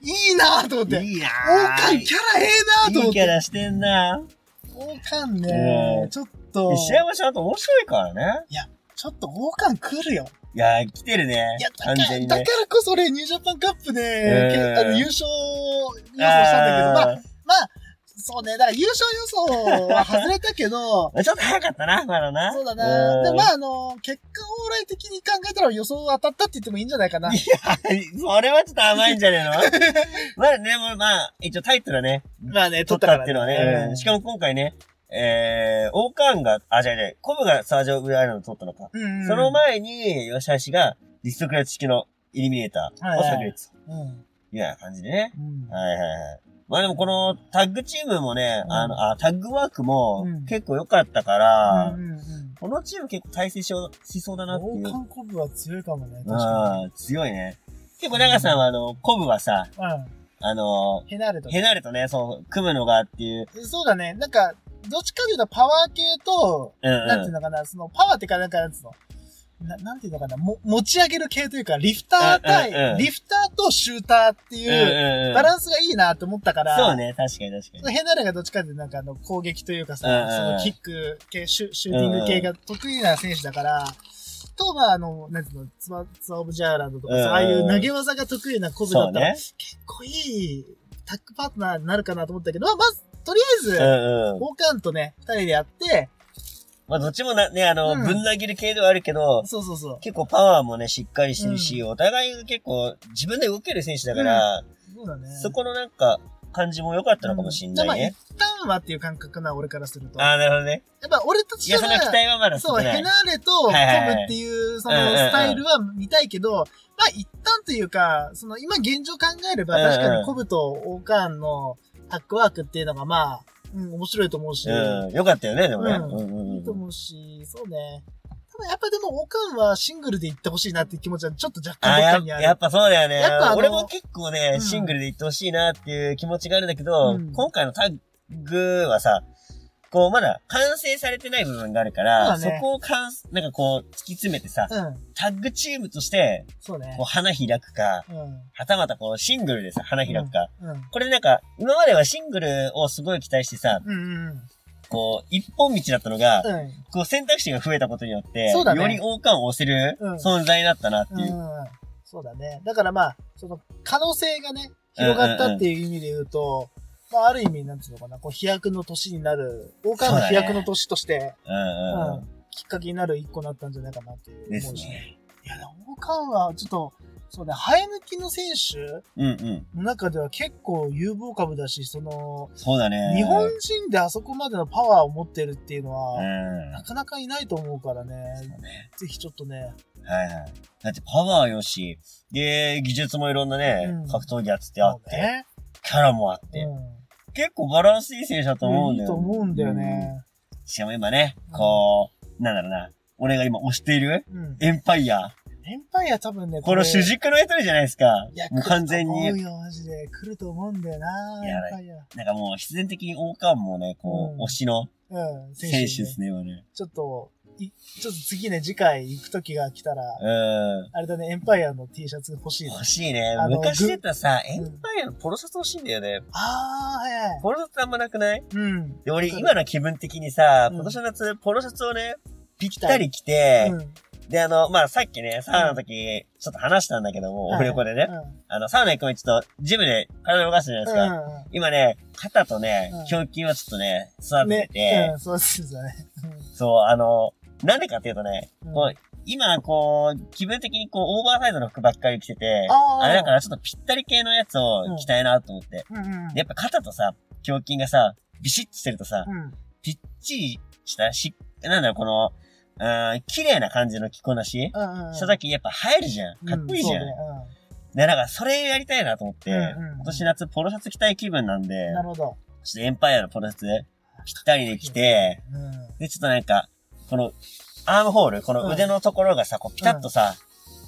[SPEAKER 2] いいなぁと思って。
[SPEAKER 1] いいな
[SPEAKER 2] 王
[SPEAKER 1] ぁ。
[SPEAKER 2] 冠キャラええなぁと
[SPEAKER 1] い
[SPEAKER 2] 思
[SPEAKER 1] い
[SPEAKER 2] っ
[SPEAKER 1] キャ
[SPEAKER 2] て。
[SPEAKER 1] ラしてんなぁ。
[SPEAKER 2] 王冠ね
[SPEAKER 1] う、ん
[SPEAKER 2] ちょっと、
[SPEAKER 1] 石山ちゃんと面白いからね。
[SPEAKER 2] ちょっと王冠来るよ。
[SPEAKER 1] いやー、来てるね。
[SPEAKER 2] いや、だか
[SPEAKER 1] 完
[SPEAKER 2] ら、
[SPEAKER 1] 全に
[SPEAKER 2] だ
[SPEAKER 1] ね
[SPEAKER 2] か。らこそ俺、ニュージャパンカップで、
[SPEAKER 1] えー、
[SPEAKER 2] けあの優勝予想したんだけど、まあ、まあ、そうね、だから優勝予想は外れたけど
[SPEAKER 1] *laughs* あ、ちょっと早かったな、まだな。
[SPEAKER 2] そうだな。で、
[SPEAKER 1] うん
[SPEAKER 2] まあ、あの、結果往来的に考えたら予想当たったって言ってもいいんじゃないかな。
[SPEAKER 1] い *laughs* それはちょっと甘いんじゃねえのまあね、もうまあ、一応タイトルはね、
[SPEAKER 2] *laughs* まあね、
[SPEAKER 1] 取ったっていうのはね、うんしか
[SPEAKER 2] も、
[SPEAKER 1] も今回ね、えー、王冠が、あ、じゃあね、コブがサージョ・ウェアラの取ったのか。
[SPEAKER 2] うん
[SPEAKER 1] その、前に、吉橋がリストクラチ式のイルミネーターを作れてた。
[SPEAKER 2] うん。
[SPEAKER 1] いうような感じでね。
[SPEAKER 2] うん
[SPEAKER 1] はいはいはい。まあでもこのタッグチームもね、
[SPEAKER 2] うん
[SPEAKER 1] あの、あ、タッグワークも
[SPEAKER 2] うん
[SPEAKER 1] 結構良かったから、
[SPEAKER 2] うんうんうん
[SPEAKER 1] このチーム結構対戦しようしそうだなってい
[SPEAKER 2] 王
[SPEAKER 1] う。
[SPEAKER 2] 冠コブは強いかもね、確か
[SPEAKER 1] うん、強いね。結構長さんはあの、コブはさ、
[SPEAKER 2] に。うん。
[SPEAKER 1] あの、
[SPEAKER 2] ヘナルとか
[SPEAKER 1] ヘナルとね、そう、組むのがっていう。
[SPEAKER 2] そうだね、なんか、どっちかというとパワー系と、
[SPEAKER 1] うん、
[SPEAKER 2] なんていう
[SPEAKER 1] うん。
[SPEAKER 2] のかな、そのパワーってか、なんか、なんつうの、ななんていうのかな、も、持ち上げる系というか、リフター
[SPEAKER 1] うんうんう
[SPEAKER 2] 対、
[SPEAKER 1] ん
[SPEAKER 2] リフターとシューターって
[SPEAKER 1] うんう
[SPEAKER 2] いう、
[SPEAKER 1] んうん
[SPEAKER 2] バランスがいいなと思ったから、
[SPEAKER 1] そうね、確かに確かに。
[SPEAKER 2] ヘナルがどっちかっていうとなんかあの攻撃というかさ、
[SPEAKER 1] うんうん
[SPEAKER 2] そのキック系、シュシューティング系が得意な選手だから、と、まあ、あの、なんていうの、ツバ、ツアオブジャーランドとか
[SPEAKER 1] うんう
[SPEAKER 2] さ、
[SPEAKER 1] ん
[SPEAKER 2] ああいう投げ技が得意なコブだ
[SPEAKER 1] そ
[SPEAKER 2] っ
[SPEAKER 1] う
[SPEAKER 2] たら、
[SPEAKER 1] ね。
[SPEAKER 2] 結構いいタッグパートナーになるかなと思ったけど、まあ、まず、とり
[SPEAKER 1] う
[SPEAKER 2] あえず、
[SPEAKER 1] んうん。
[SPEAKER 2] オーカンとね、二人でやって、
[SPEAKER 1] まあどっちもな、ね、あの、
[SPEAKER 2] うん
[SPEAKER 1] ぶん投げる系ではあるけど、
[SPEAKER 2] そうそうそう。
[SPEAKER 1] 結構パワーもね、しっかりしてるし、お互いが結構自分で動ける選手だから、
[SPEAKER 2] そうだね。
[SPEAKER 1] そこのなんか、感じも良かったのかもしんないね。
[SPEAKER 2] うん。じゃあまあ、一旦はっていう感覚な、俺からすると。や
[SPEAKER 1] ああ、なるほどね。
[SPEAKER 2] っぱ俺とし
[SPEAKER 1] い
[SPEAKER 2] て
[SPEAKER 1] や、その期
[SPEAKER 2] は、
[SPEAKER 1] 待はまだ少
[SPEAKER 2] そう、
[SPEAKER 1] な
[SPEAKER 2] ヘ
[SPEAKER 1] い
[SPEAKER 2] ナ。ーレとコブっていう、そのスタイルは見たいけど、まあ一旦というか、その今現状考えれば
[SPEAKER 1] うんうん
[SPEAKER 2] 確かにコブとオーカーンのタックワークっていうのがまあ、うん、面白いと思うし、
[SPEAKER 1] うん、良かったよね、でもね。
[SPEAKER 2] うん
[SPEAKER 1] うんうん
[SPEAKER 2] いいと
[SPEAKER 1] うん。
[SPEAKER 2] 思うし、そうね。ただやっぱでもオーカーンはシングルで行ってほしいなっていう気持ちはちょっと若
[SPEAKER 1] あ
[SPEAKER 2] 干ど
[SPEAKER 1] ー
[SPEAKER 2] っ
[SPEAKER 1] や
[SPEAKER 2] か
[SPEAKER 1] っ
[SPEAKER 2] に
[SPEAKER 1] ぱ
[SPEAKER 2] ある。
[SPEAKER 1] やっぱそうだよね。
[SPEAKER 2] やっぱあの
[SPEAKER 1] 俺も結構ね、
[SPEAKER 2] うん
[SPEAKER 1] シングルで行ってほしいなっていう気持ちがあるんだけど、
[SPEAKER 2] うん
[SPEAKER 1] 今回のタッグはさ、こうまだ完成されてない部分があるか
[SPEAKER 2] そ
[SPEAKER 1] ら、
[SPEAKER 2] う
[SPEAKER 1] そ,、
[SPEAKER 2] だね
[SPEAKER 1] こをかん、なんかこう突き詰めてさ、
[SPEAKER 2] うん、
[SPEAKER 1] タッグチームとして、
[SPEAKER 2] そうね
[SPEAKER 1] こう。花開くか、
[SPEAKER 2] うん、
[SPEAKER 1] はたまたこうシングルでさ、花開くか。
[SPEAKER 2] うん、
[SPEAKER 1] これなんか、今まではシングルをすごい期待してさ、
[SPEAKER 2] うん、うん、
[SPEAKER 1] こう、一本道だったのが、
[SPEAKER 2] うん。
[SPEAKER 1] こう選択肢が増えたことによって、
[SPEAKER 2] そうだね
[SPEAKER 1] より王冠を押せる
[SPEAKER 2] うん
[SPEAKER 1] 存在になったなっていう。
[SPEAKER 2] うん。そうだね。だからまあ、その可能性がね、広がったっていう意味で言うと、まあある意味、なんつうのかな、こう飛躍の年になる、王冠の飛躍の年として、
[SPEAKER 1] うんうん
[SPEAKER 2] う
[SPEAKER 1] うん
[SPEAKER 2] んきっかけになる一個になったんじゃないかなっていう
[SPEAKER 1] で
[SPEAKER 2] 思
[SPEAKER 1] す
[SPEAKER 2] うしね。
[SPEAKER 1] ね。
[SPEAKER 2] いや、でも王冠はちょっと、そうね、生え抜きの選手
[SPEAKER 1] うんうん。
[SPEAKER 2] の中では結構有望株だし、その、
[SPEAKER 1] そうだね。
[SPEAKER 2] 日本人であそこまでのパワーを持ってるっていうの
[SPEAKER 1] う
[SPEAKER 2] は、
[SPEAKER 1] ん。
[SPEAKER 2] なかなかいないと思うからね、
[SPEAKER 1] ね
[SPEAKER 2] ぜひちょっとね、
[SPEAKER 1] はいはい。だってパワーよし、で、技術もいろんなね、
[SPEAKER 2] うん
[SPEAKER 1] 格闘技やっててあっ
[SPEAKER 2] そう
[SPEAKER 1] て、
[SPEAKER 2] ね、
[SPEAKER 1] キャラもあって、
[SPEAKER 2] うん
[SPEAKER 1] 結構バランスいい選手だと思うん
[SPEAKER 2] い
[SPEAKER 1] だよ、ね。
[SPEAKER 2] いと思うんだよ。ね。
[SPEAKER 1] しかも今ね、こう、なんだろうな、俺が今推している
[SPEAKER 2] うん。
[SPEAKER 1] エンパイア。
[SPEAKER 2] エンパイア多分ね、
[SPEAKER 1] この主軸の一人じゃないですか
[SPEAKER 2] いや。
[SPEAKER 1] もう完全
[SPEAKER 2] 来ると
[SPEAKER 1] に
[SPEAKER 2] 思うよ、マジで。来ると思うんだよな、
[SPEAKER 1] やば
[SPEAKER 2] エンパイア。
[SPEAKER 1] なんかもう必然的に王冠もね、こう、
[SPEAKER 2] うん
[SPEAKER 1] 推しの
[SPEAKER 2] うん、
[SPEAKER 1] 選
[SPEAKER 2] にね
[SPEAKER 1] 手ですね、今ね。
[SPEAKER 2] ちょっと、い、ちょっと次ね、次回行く時が来たら、
[SPEAKER 1] うん。
[SPEAKER 2] あれだね、エンパイアの T シャツ欲しいな
[SPEAKER 1] 欲。しいね
[SPEAKER 2] あ。の
[SPEAKER 1] 昔出たさ、エ
[SPEAKER 2] ん
[SPEAKER 1] ンパイアのポロシャツ欲しいんだよね。
[SPEAKER 2] あー、はいはい。
[SPEAKER 1] ポロシャツあんまなくない
[SPEAKER 2] うん。
[SPEAKER 1] で、俺
[SPEAKER 2] わかる
[SPEAKER 1] 今の気分的にさ、
[SPEAKER 2] うん
[SPEAKER 1] 今年の夏、ポロシャツをね、ぴ
[SPEAKER 2] き
[SPEAKER 1] った
[SPEAKER 2] い
[SPEAKER 1] たり着て、
[SPEAKER 2] うん。
[SPEAKER 1] で、あの、まあ、さっきね、サウナの時、ちょっと話したんだけども、オフレコでね、あの、サウナ行く前にちょっと、ジムで体動かすじゃない
[SPEAKER 2] う
[SPEAKER 1] で
[SPEAKER 2] ん。
[SPEAKER 1] す
[SPEAKER 2] うん。
[SPEAKER 1] か。
[SPEAKER 2] うん
[SPEAKER 1] 今ね、肩とね
[SPEAKER 2] うん、
[SPEAKER 1] 胸筋をちょっとね、座って
[SPEAKER 2] ね
[SPEAKER 1] て、、
[SPEAKER 2] うん、そうですよね。
[SPEAKER 1] そう、あの、なんでかっていうとね、
[SPEAKER 2] うん
[SPEAKER 1] こう今、こう、気分的にこう、オーバーサイズの服ばっかり着てて、
[SPEAKER 2] あー
[SPEAKER 1] あれだからちょっとぴったり系のやつを着たいなと思って。
[SPEAKER 2] うん。うん。うん
[SPEAKER 1] でやっぱ肩とさ、胸筋がさ、ビシッとしてるとさ、
[SPEAKER 2] うん。
[SPEAKER 1] ぴっちりしたし、なんだろう、この、うーん、綺麗な感じの着こなし
[SPEAKER 2] うん。うん。
[SPEAKER 1] した時やっぱ映えるじゃん。かっこいいじゃん。
[SPEAKER 2] うそうね
[SPEAKER 1] で、なんかそれやりたいなと思って、
[SPEAKER 2] うんうん
[SPEAKER 1] 今年夏ポロシャツ着たい気分なんで、
[SPEAKER 2] うん。なるほど。
[SPEAKER 1] ちょっとエンパイアのポロシャツぴったりで着て、
[SPEAKER 2] うん。
[SPEAKER 1] で、ちょっとなんか、この、アームホール、この腕のところがさ、こう、ピタッとさ、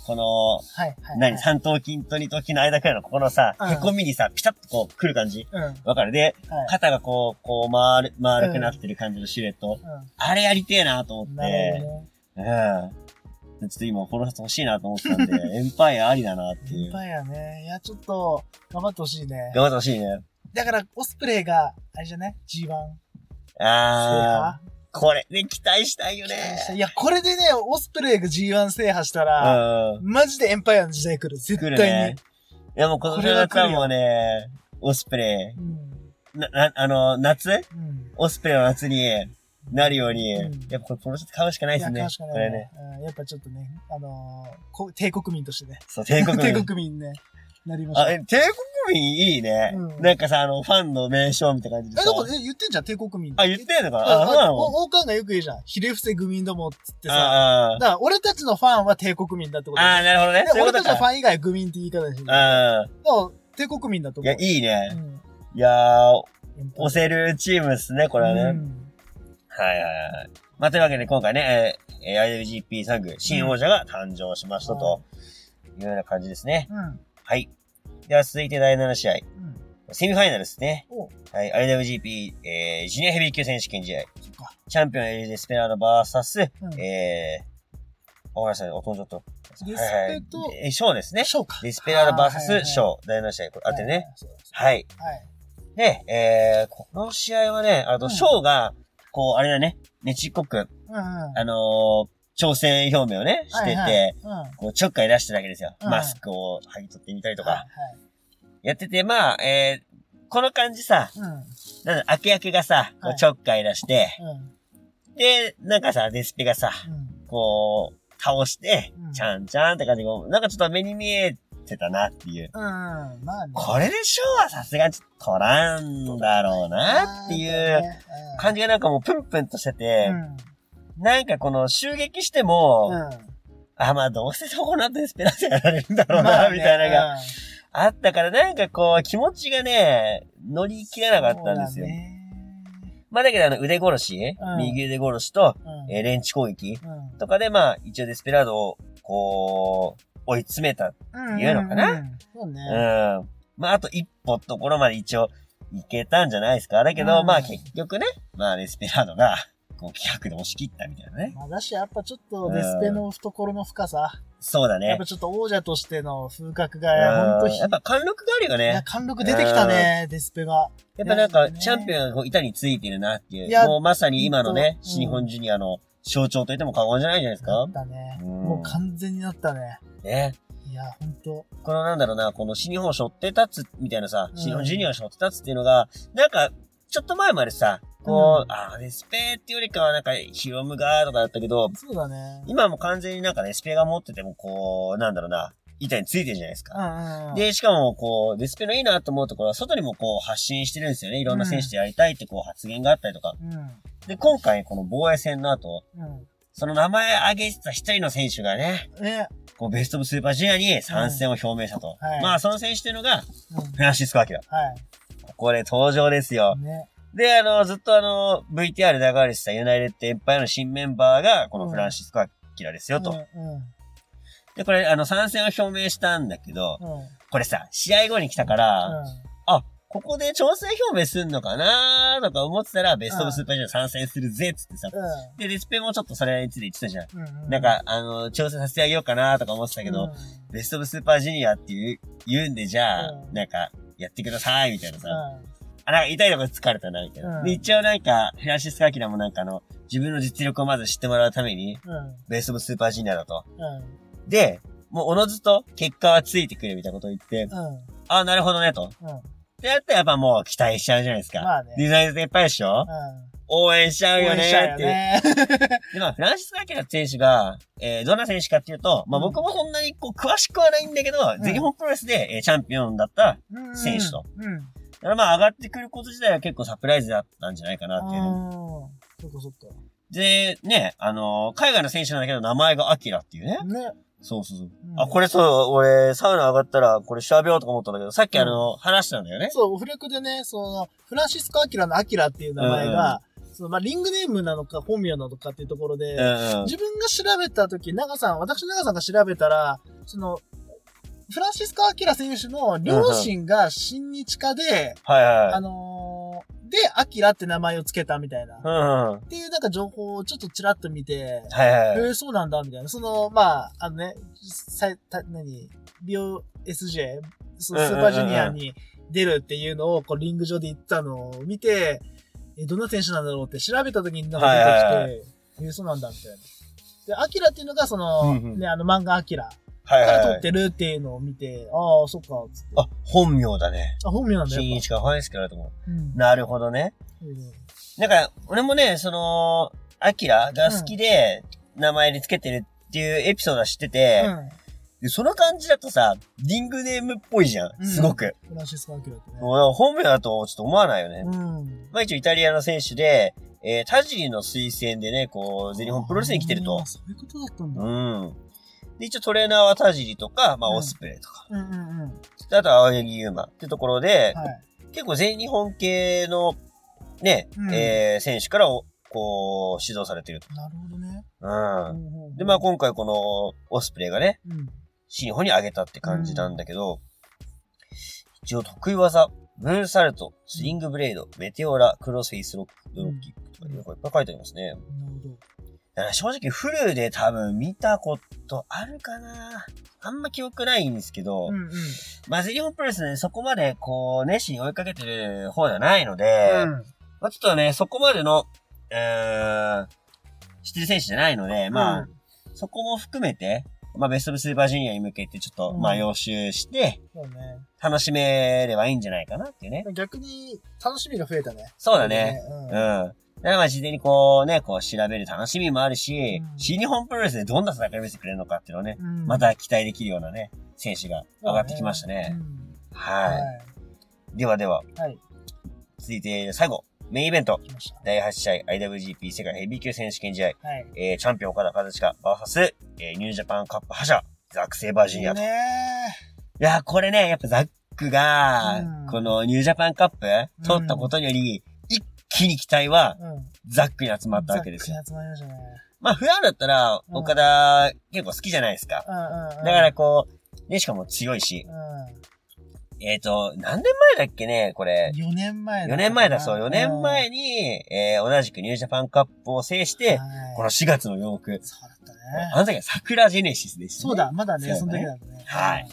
[SPEAKER 1] この、
[SPEAKER 2] はい、はい。
[SPEAKER 1] 何、三頭筋と二頭筋の間くらいのここのさ、
[SPEAKER 2] うん
[SPEAKER 1] へこみにさ、ピタッとこう、来る感じ。
[SPEAKER 2] うん。はい。
[SPEAKER 1] わかるで、肩がこう、こう、丸、丸くなってる感じのシルエット。あれやりてえなと
[SPEAKER 2] う
[SPEAKER 1] 思
[SPEAKER 2] ん。
[SPEAKER 1] っ
[SPEAKER 2] なるほ
[SPEAKER 1] て、
[SPEAKER 2] どね。
[SPEAKER 1] うん。ちょっと今、このシャツ欲しいなと思ってた
[SPEAKER 2] *laughs*
[SPEAKER 1] んで、エンパイアありだなってい
[SPEAKER 2] いっ
[SPEAKER 1] う。
[SPEAKER 2] ぱいやね。いや、ちょっと、頑張ってほしいね。
[SPEAKER 1] 頑張ってほしいね。
[SPEAKER 2] だから、オスプレイが、あれじゃね ?G1。制
[SPEAKER 1] あ
[SPEAKER 2] 覇
[SPEAKER 1] ー、これね、期待したいよね。
[SPEAKER 2] いや、これでね、オスプレイが G1 制覇したら、
[SPEAKER 1] うん。
[SPEAKER 2] マジでエンパイアの時代来る。絶
[SPEAKER 1] 来
[SPEAKER 2] 対
[SPEAKER 1] る
[SPEAKER 2] に。
[SPEAKER 1] ね。いやもう今年の夏は
[SPEAKER 2] これは来るよ
[SPEAKER 1] もうね、オスプレ
[SPEAKER 2] うん。
[SPEAKER 1] イ、な、な、あの、夏
[SPEAKER 2] うん。
[SPEAKER 1] オスプレイの夏になるように、
[SPEAKER 2] うん
[SPEAKER 1] やっぱこれ、この人買うしかない
[SPEAKER 2] い
[SPEAKER 1] です
[SPEAKER 2] や、
[SPEAKER 1] ね。
[SPEAKER 2] 悲しく
[SPEAKER 1] こ
[SPEAKER 2] な
[SPEAKER 1] れ
[SPEAKER 2] い
[SPEAKER 1] ね
[SPEAKER 2] ね。。うんやっぱちょっとね、あのーこ帝国民としてね。
[SPEAKER 1] そう、帝国民。
[SPEAKER 2] *laughs* 帝国民ね、なりました。
[SPEAKER 1] あ、
[SPEAKER 2] え、
[SPEAKER 1] え、帝国民いいね。
[SPEAKER 2] うん
[SPEAKER 1] なんかさ、あの、ファンの名称みたいな感じで
[SPEAKER 2] だ
[SPEAKER 1] さ。
[SPEAKER 2] から、え、言ってんじゃん、帝国民。
[SPEAKER 1] あ、言ってんのかなあ、
[SPEAKER 2] あ
[SPEAKER 1] そうな
[SPEAKER 2] あ、
[SPEAKER 1] の
[SPEAKER 2] お王冠がよく言うじゃん。ひれ伏せ愚民どもっつってさ。
[SPEAKER 1] あ
[SPEAKER 2] だから、俺たちのファンは帝国民だってこと
[SPEAKER 1] ー
[SPEAKER 2] だよ
[SPEAKER 1] あー、なるほどね。
[SPEAKER 2] で
[SPEAKER 1] そういうこ
[SPEAKER 2] 俺た
[SPEAKER 1] と
[SPEAKER 2] ちのフ
[SPEAKER 1] か。
[SPEAKER 2] ァン以外は愚民って言い方だし。だか
[SPEAKER 1] う
[SPEAKER 2] ら帝国民だと
[SPEAKER 1] ん。い
[SPEAKER 2] 思
[SPEAKER 1] や、
[SPEAKER 2] う
[SPEAKER 1] い。いね。
[SPEAKER 2] うん
[SPEAKER 1] いやー、
[SPEAKER 2] お
[SPEAKER 1] 押せるチームですね、これはね。
[SPEAKER 2] うん
[SPEAKER 1] はいはいはい。まあ、というわけで今回ね、えー、えー IWGP サグ、新王者が誕生しましたと、いうような感じですね。
[SPEAKER 2] うん。
[SPEAKER 1] はい。では続いて第7試合、
[SPEAKER 2] うん。
[SPEAKER 1] セミファイナルですね。
[SPEAKER 2] お
[SPEAKER 1] はい、IWGP、えー、ジュニアヘビー級選手権試合。
[SPEAKER 2] そっか。
[SPEAKER 1] チャンピオンエリデスペラードバーサス、
[SPEAKER 2] うん
[SPEAKER 1] えー、ごめんなさい、おとんちょっと。
[SPEAKER 2] リスペと
[SPEAKER 1] はいはい、えーショーですね。
[SPEAKER 2] ショーか。
[SPEAKER 1] ディスペラードバーサ
[SPEAKER 2] あはいはいは
[SPEAKER 1] ス
[SPEAKER 2] い
[SPEAKER 1] ショー、第7試合、これあってるね。。
[SPEAKER 2] はい。
[SPEAKER 1] はい。
[SPEAKER 2] はい。
[SPEAKER 1] で、えー、この試合はね、あ
[SPEAKER 2] う
[SPEAKER 1] と、
[SPEAKER 2] ん
[SPEAKER 1] ショーが、こう、あれだね、ねちっこく、
[SPEAKER 2] うんうん。
[SPEAKER 1] あのー、挑戦表明をね、してて、
[SPEAKER 2] はいはいうん。はい
[SPEAKER 1] こう、ちょっかい出してるわけですよ。
[SPEAKER 2] うん
[SPEAKER 1] マスクを剥ぎ取ってみたりとか、
[SPEAKER 2] はい。
[SPEAKER 1] やってて、まあ、えー、この感じさ、
[SPEAKER 2] うん。
[SPEAKER 1] なんだ、明け明けがさ、こ
[SPEAKER 2] は
[SPEAKER 1] う
[SPEAKER 2] い
[SPEAKER 1] ちょっかい出して、
[SPEAKER 2] うん。
[SPEAKER 1] で、なんかさ、デスペがさ、
[SPEAKER 2] うん。
[SPEAKER 1] こう、倒して
[SPEAKER 2] う、ん
[SPEAKER 1] ちゃんちゃんって感じで、こうなんかちょっと目に見えてたなっていう。
[SPEAKER 2] うん。まあね。
[SPEAKER 1] これでショーはさすがに取らんだろうなっていう
[SPEAKER 2] 感
[SPEAKER 1] 感じがなんかもうプンプンとしてて
[SPEAKER 2] う、ん。
[SPEAKER 1] なんかこの襲撃しても、
[SPEAKER 2] うん。
[SPEAKER 1] あ、まあどうせそこなデスペラードやられるんだろうな、みたいなのが
[SPEAKER 2] が、
[SPEAKER 1] あったから、なんかこう気持ちがね、乗り切れなかったんですよ。
[SPEAKER 2] そうだね
[SPEAKER 1] まあだけどあの腕殺し、
[SPEAKER 2] うん
[SPEAKER 1] 右腕殺しと、
[SPEAKER 2] うん
[SPEAKER 1] えーレンチ攻撃
[SPEAKER 2] うん
[SPEAKER 1] とかでまあ一応デスペラードを、こう、追い詰めた。
[SPEAKER 2] うん
[SPEAKER 1] 言うのかな
[SPEAKER 2] うんそう
[SPEAKER 1] う
[SPEAKER 2] ね。
[SPEAKER 1] ん。まああと一歩ところまで一応いけたんじゃないですか。だけど、
[SPEAKER 2] うん
[SPEAKER 1] まあ結局ね、まあデスペラードが、こう気迫で押し切ったみたいなね。
[SPEAKER 2] まあだし、やっぱちょっと、デスペの懐の深さ。
[SPEAKER 1] そうだ
[SPEAKER 2] や
[SPEAKER 1] ね
[SPEAKER 2] っぱ。ちょっと王者としての風格が、
[SPEAKER 1] うん
[SPEAKER 2] ほんとひ、
[SPEAKER 1] やっぱ貫禄があるよ
[SPEAKER 2] いや
[SPEAKER 1] ね。
[SPEAKER 2] 貫禄出てきたね、デスペが。
[SPEAKER 1] やっぱなんか、
[SPEAKER 2] いやね
[SPEAKER 1] チャンピオンがこう板についてるなっていう。
[SPEAKER 2] いや
[SPEAKER 1] もうまさに今のね
[SPEAKER 2] ほん、とうん
[SPEAKER 1] 新日本ジュニアの象徴と言っても過言じゃないじゃないです
[SPEAKER 2] な
[SPEAKER 1] か
[SPEAKER 2] っ。たね。
[SPEAKER 1] うん
[SPEAKER 2] もう完全になったね。
[SPEAKER 1] ね。
[SPEAKER 2] いや、ほんと。
[SPEAKER 1] このなんだろうな、この新日本を背負って立つみたいなさ、
[SPEAKER 2] うん
[SPEAKER 1] 新日本ジュニアを背負って立つっていうのが、なんか、ちょっと前までさ、こう、
[SPEAKER 2] うん
[SPEAKER 1] ああ、レスペーっていうよりかはなんか、ヒロムがーとかだったけど、
[SPEAKER 2] そうだね。
[SPEAKER 1] 今はもう完全になんかレスペーが持ってても、こう、なんだろうな、板についてるじゃないです
[SPEAKER 2] う
[SPEAKER 1] か。
[SPEAKER 2] んうん。
[SPEAKER 1] で、しかも、こう、レスペーのいいなと思うところは、外にもこう、発信してるんですよね。いろんな選手とやりたいってこう、発言があったりとか。
[SPEAKER 2] うん、
[SPEAKER 1] で、今回、この防衛戦の後、
[SPEAKER 2] うん。
[SPEAKER 1] その名前挙げてた一人の選手がね、
[SPEAKER 2] ね、
[SPEAKER 1] こう、ベストオブスーパージュニアに参戦を表明したと。
[SPEAKER 2] うんはい
[SPEAKER 1] まあ、その選手っていうのが、
[SPEAKER 2] うん。
[SPEAKER 1] フランシスコ・アキラ。
[SPEAKER 2] は
[SPEAKER 1] ここで登場ですよ
[SPEAKER 2] い。。ね。
[SPEAKER 1] で、あの、ずっとあの、VTR で流れてたユナイレッドエンパイアの新メンバーが、このフランシスコ・アキラですよと。
[SPEAKER 2] うんうん。
[SPEAKER 1] で、これ、あの、参戦を表明したんだけど、
[SPEAKER 2] うん。うん。
[SPEAKER 1] これさ、試合後に来たから、あ、ここで調整表明すんのかなーとか思ってたら、ベストオブスーパージュニア参戦するぜっつってさ。
[SPEAKER 2] う
[SPEAKER 1] で、レスペもちょっとそれについて言ってたじゃん。
[SPEAKER 2] ん。うん。
[SPEAKER 1] なんか、あの、調整させてあげようかなーとか思ってた
[SPEAKER 2] だ
[SPEAKER 1] けど、、ベストオブスーパージュニアっていう、言うんで、じゃあ、
[SPEAKER 2] うん
[SPEAKER 1] なんか、やってください、みたいなさ。
[SPEAKER 2] うん。
[SPEAKER 1] あ、なんか痛いとこ疲れたな、みたいな。
[SPEAKER 2] うん
[SPEAKER 1] で、一応なんか、フランシスカ・アキラもなんかあの、自分の実力をまず知ってもらうために、
[SPEAKER 2] うん。
[SPEAKER 1] ベースオブスーパージュニアだと。
[SPEAKER 2] うん。
[SPEAKER 1] で、もうおのずと結果はついてくるみたいなことを言って、
[SPEAKER 2] うん。
[SPEAKER 1] あなるほどね、と。
[SPEAKER 2] うん。
[SPEAKER 1] で、やったらやっぱもう期待しちゃうじゃないですか。
[SPEAKER 2] まあね
[SPEAKER 1] デザインズいっぱいでしょ
[SPEAKER 2] うん。
[SPEAKER 1] 応援しちゃうよ
[SPEAKER 2] 応援
[SPEAKER 1] ね
[SPEAKER 2] しちゃう
[SPEAKER 1] ー
[SPEAKER 2] よ
[SPEAKER 1] っていう。
[SPEAKER 2] ね。
[SPEAKER 1] で、まあ、フランシスカ・アキラ選手が、えー、どんな選手かっていうと、まあ
[SPEAKER 2] うん
[SPEAKER 1] 僕もそんなにこう、詳しくはないんだけど、
[SPEAKER 2] ん
[SPEAKER 1] 全日本プロレスで、えーチャンピオンだった。
[SPEAKER 2] うん
[SPEAKER 1] 選手と。
[SPEAKER 2] うん。
[SPEAKER 1] だからまあ、上がってくること自体は結構サプライズだったんじゃないかなっていうね。
[SPEAKER 2] ああ。そっかそっか。
[SPEAKER 1] で、ね、あのー海外の選手なんだけど、名前がアキラっていうね。
[SPEAKER 2] ね。
[SPEAKER 1] そうそうそう。
[SPEAKER 2] うん
[SPEAKER 1] あ、これそう、俺、サウナ上がったら、これ調べようとか思ったんだけど、さっきあのー話したんだよね。
[SPEAKER 2] そう、オフレコでね、その、フランシスコ・アキラのアキラっていう名前が、その、まあ、リングネームなのか、本名なのかっていうところで、
[SPEAKER 1] うんうん。
[SPEAKER 2] 自分が調べたとき、長さん、私長さんが調べたら、その、フランシスコ・アキラ選手の両親が親日家で、
[SPEAKER 1] はいは
[SPEAKER 2] あ
[SPEAKER 1] い。
[SPEAKER 2] のーで、アキラって名前を付けたみたいな、
[SPEAKER 1] う
[SPEAKER 2] っ
[SPEAKER 1] んうん。
[SPEAKER 2] ていうなんか情報をちょっとちらっと見て、
[SPEAKER 1] はいはい
[SPEAKER 2] え
[SPEAKER 1] はい。
[SPEAKER 2] ーそうなんだ、みたいな。その、まあ、あのね、さいた何、美容 SJ、その
[SPEAKER 1] うん
[SPEAKER 2] ス
[SPEAKER 1] うんうん
[SPEAKER 2] ーパージュニアに出るっていうのを、こう、リング上で言ったのを見て、え、どんな選手なんだろうって調べた時になん
[SPEAKER 1] はいはい
[SPEAKER 2] か
[SPEAKER 1] は
[SPEAKER 2] 出てきて、え、そうなんだ、みたいな。で、アキラっていうのが、その、
[SPEAKER 1] うんうん
[SPEAKER 2] ね、あの漫画アキラ
[SPEAKER 1] は
[SPEAKER 2] か
[SPEAKER 1] い
[SPEAKER 2] ら
[SPEAKER 1] はい
[SPEAKER 2] 撮
[SPEAKER 1] は
[SPEAKER 2] っ
[SPEAKER 1] い。
[SPEAKER 2] てるっていうのを見て、ああ、そっか、つって。
[SPEAKER 1] あ、本名だね。
[SPEAKER 2] あ、本名なんだ
[SPEAKER 1] 新
[SPEAKER 2] よ。
[SPEAKER 1] 一からファイスからだと思
[SPEAKER 2] うん
[SPEAKER 1] う。なるほどね。
[SPEAKER 2] うん
[SPEAKER 1] なんか、俺もね、その、アキラが好きで、名前につけてるっていうエピソードは知ってて、
[SPEAKER 2] う
[SPEAKER 1] でその感じだとさ、リングネームっぽいじゃ
[SPEAKER 2] うん
[SPEAKER 1] ん。すごく。
[SPEAKER 2] ん。フランシスコ・アキラってね。
[SPEAKER 1] もう本名だとちょっと思わないよね。
[SPEAKER 2] うん。
[SPEAKER 1] まあ一応イタリアの選手で、えー、タジーの推薦でね、こう、全日本プロレスに来てる
[SPEAKER 2] あ
[SPEAKER 1] と
[SPEAKER 2] ー。そういうことだったんだ。
[SPEAKER 1] うん。で、一応トレーナーはタジリとか、まあ
[SPEAKER 2] うん
[SPEAKER 1] オスプレイとか、
[SPEAKER 2] うんうんうん。は
[SPEAKER 1] であとは青柳優馬ってところで、
[SPEAKER 2] い。
[SPEAKER 1] 結構全日本系のね、
[SPEAKER 2] うん
[SPEAKER 1] えー選手からおこう、指導されてると。
[SPEAKER 2] なるほどね。
[SPEAKER 1] うん。
[SPEAKER 2] うん
[SPEAKER 1] で、まあ、今回このオスプレイがね、
[SPEAKER 2] うん。
[SPEAKER 1] 新日本に上げたって感じなんだけど、一応得意技、ムーンサルト、スイングブレード、メテオラ、クロスフェイスロック、ドロッキックとかいうのがいっぱい書いてありますね。
[SPEAKER 2] なるほど。
[SPEAKER 1] だから正直フルで多分見たことあるかなあんま記憶ないんですけど、
[SPEAKER 2] うんうん。
[SPEAKER 1] まあ、ゼリオンプロレスね、そこまでこう、熱心に追いかけてる方じゃないので、
[SPEAKER 2] うん
[SPEAKER 1] まあ、ちょっとね、そこまでの、えー、知ってる選手じゃないので、まあ、
[SPEAKER 2] うん
[SPEAKER 1] そこも含めて、まあ、ベストオブスーパージュニアに向けてちょっと、
[SPEAKER 2] うん
[SPEAKER 1] まあ、予習して、
[SPEAKER 2] そうね。
[SPEAKER 1] 楽しめればいいんじゃないかなっていうね。
[SPEAKER 2] 逆に、楽しみが増えたね。
[SPEAKER 1] そうだね。
[SPEAKER 2] うん。
[SPEAKER 1] うん。
[SPEAKER 2] うん
[SPEAKER 1] だからまあ、事前にこうね、こう調べる楽しみもあるし、
[SPEAKER 2] うん
[SPEAKER 1] 新日本プロレスでどんな戦いを見せてくれるのかっていうのをね、
[SPEAKER 2] うん
[SPEAKER 1] また期待できるようなね、選手が上がってきました
[SPEAKER 2] う
[SPEAKER 1] ね。。
[SPEAKER 2] ん
[SPEAKER 1] はい。
[SPEAKER 2] は
[SPEAKER 1] ではでは、
[SPEAKER 2] い。はい。
[SPEAKER 1] 続いて最後、メインイベント、
[SPEAKER 2] 来まし
[SPEAKER 1] 第8試合 IWGP 世界ヘビー級選手権試合、
[SPEAKER 2] た。はい。
[SPEAKER 1] えー、チャンピオン岡田和親 VS、えー、ニュージャパンカップ覇者、ザック・セイバージュニアと。い
[SPEAKER 2] ね
[SPEAKER 1] やー、これね、やっぱザックが、
[SPEAKER 2] うん
[SPEAKER 1] このニュージャパンカップ取ったことにより、一気に期待は
[SPEAKER 2] え。うん。
[SPEAKER 1] ザックに集まったわけですよ。
[SPEAKER 2] ザックに集まりましたね。
[SPEAKER 1] まあ、普段だったら、
[SPEAKER 2] うん
[SPEAKER 1] 岡田結構好きじゃないですか。
[SPEAKER 2] うんうんうん。
[SPEAKER 1] だからこう、ね、しかも強いし、
[SPEAKER 2] う
[SPEAKER 1] えっ、と、何年前だっけね、これ
[SPEAKER 2] ん。。4年前
[SPEAKER 1] 4年前だそう、4年前に、えー、同じくニュージャパンカップを制して、この
[SPEAKER 2] 人。
[SPEAKER 1] 4月の8日、
[SPEAKER 2] そうだった
[SPEAKER 1] あ
[SPEAKER 2] ね。
[SPEAKER 1] の時は桜ジェネシスでした、ね。
[SPEAKER 2] そうだ、。まだね、そ
[SPEAKER 1] そう
[SPEAKER 2] の
[SPEAKER 1] だ
[SPEAKER 2] 時
[SPEAKER 1] ね
[SPEAKER 2] だったね。
[SPEAKER 1] はい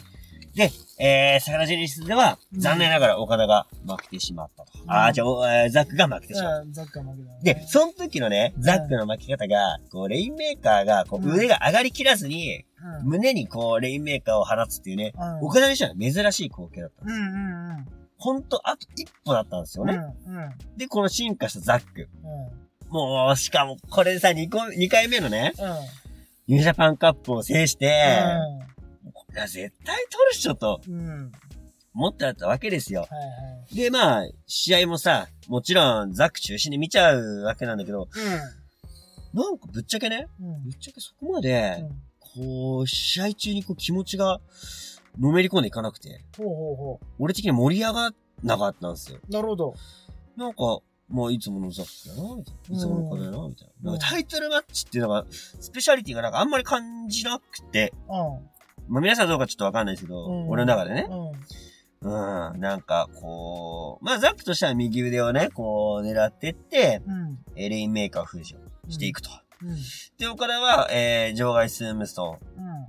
[SPEAKER 1] えー、桜ジェネシスでは、
[SPEAKER 2] うん
[SPEAKER 1] 残念ながら岡田が負けてしまったと。
[SPEAKER 2] うん
[SPEAKER 1] ああ、じゃあ、えーザックが負けてしまった。
[SPEAKER 2] うん、ザックは負けたね。
[SPEAKER 1] で、その時のね、ザックの負け方が、こう、レインメーカーが、こう、
[SPEAKER 2] うん
[SPEAKER 1] 腕が上がりきらずに、
[SPEAKER 2] うん、
[SPEAKER 1] 胸にこう、レインメーカーを放つっていうね、
[SPEAKER 2] うん
[SPEAKER 1] 岡田にしては珍しい光景だった。
[SPEAKER 2] うんうんうん。
[SPEAKER 1] ほんと、あと一歩だったんですよ
[SPEAKER 2] うんう
[SPEAKER 1] ね。
[SPEAKER 2] ん
[SPEAKER 1] で、この進化したザック。
[SPEAKER 2] うん。
[SPEAKER 1] もう、しかも、これさ、2, 個2回目のね、
[SPEAKER 2] うん。
[SPEAKER 1] ニュージャパンカップを制して、これは絶対取るっしょと
[SPEAKER 2] うん。うん。
[SPEAKER 1] 思ってあったわけですよ。
[SPEAKER 2] はいはい。
[SPEAKER 1] で、まあ、試合もさ、もちろんザック中心で見ちゃうわけなんだけど、なんかぶっちゃけね、
[SPEAKER 2] うん。うん
[SPEAKER 1] ぶっちゃけそこまで、
[SPEAKER 2] うん。
[SPEAKER 1] こう、試合中にこう気持ちが、のめり込んでいかなくて、
[SPEAKER 2] ほうほうほ
[SPEAKER 1] 俺的には盛り上がんなかったんですよ。
[SPEAKER 2] う。なるほど。
[SPEAKER 1] なんか、まあ、いつものザックだな、みたいな。いつもの課だな、みたいな。
[SPEAKER 2] うん
[SPEAKER 1] なんかタイトルマッチっていうのが、スペシャリティがなんかあんまり感じなくて、
[SPEAKER 2] う
[SPEAKER 1] まあ皆さんどうかちょっとわかんないですけど、
[SPEAKER 2] うん
[SPEAKER 1] 俺の中でね
[SPEAKER 2] ん。。うん。
[SPEAKER 1] うん、なんかこう、まあザックとしては右腕をね、こう狙ってって、
[SPEAKER 2] うん。
[SPEAKER 1] えーレインメーカーを封じをしていくと。
[SPEAKER 2] うん。うん。
[SPEAKER 1] で、岡田は、えー、場外スームスト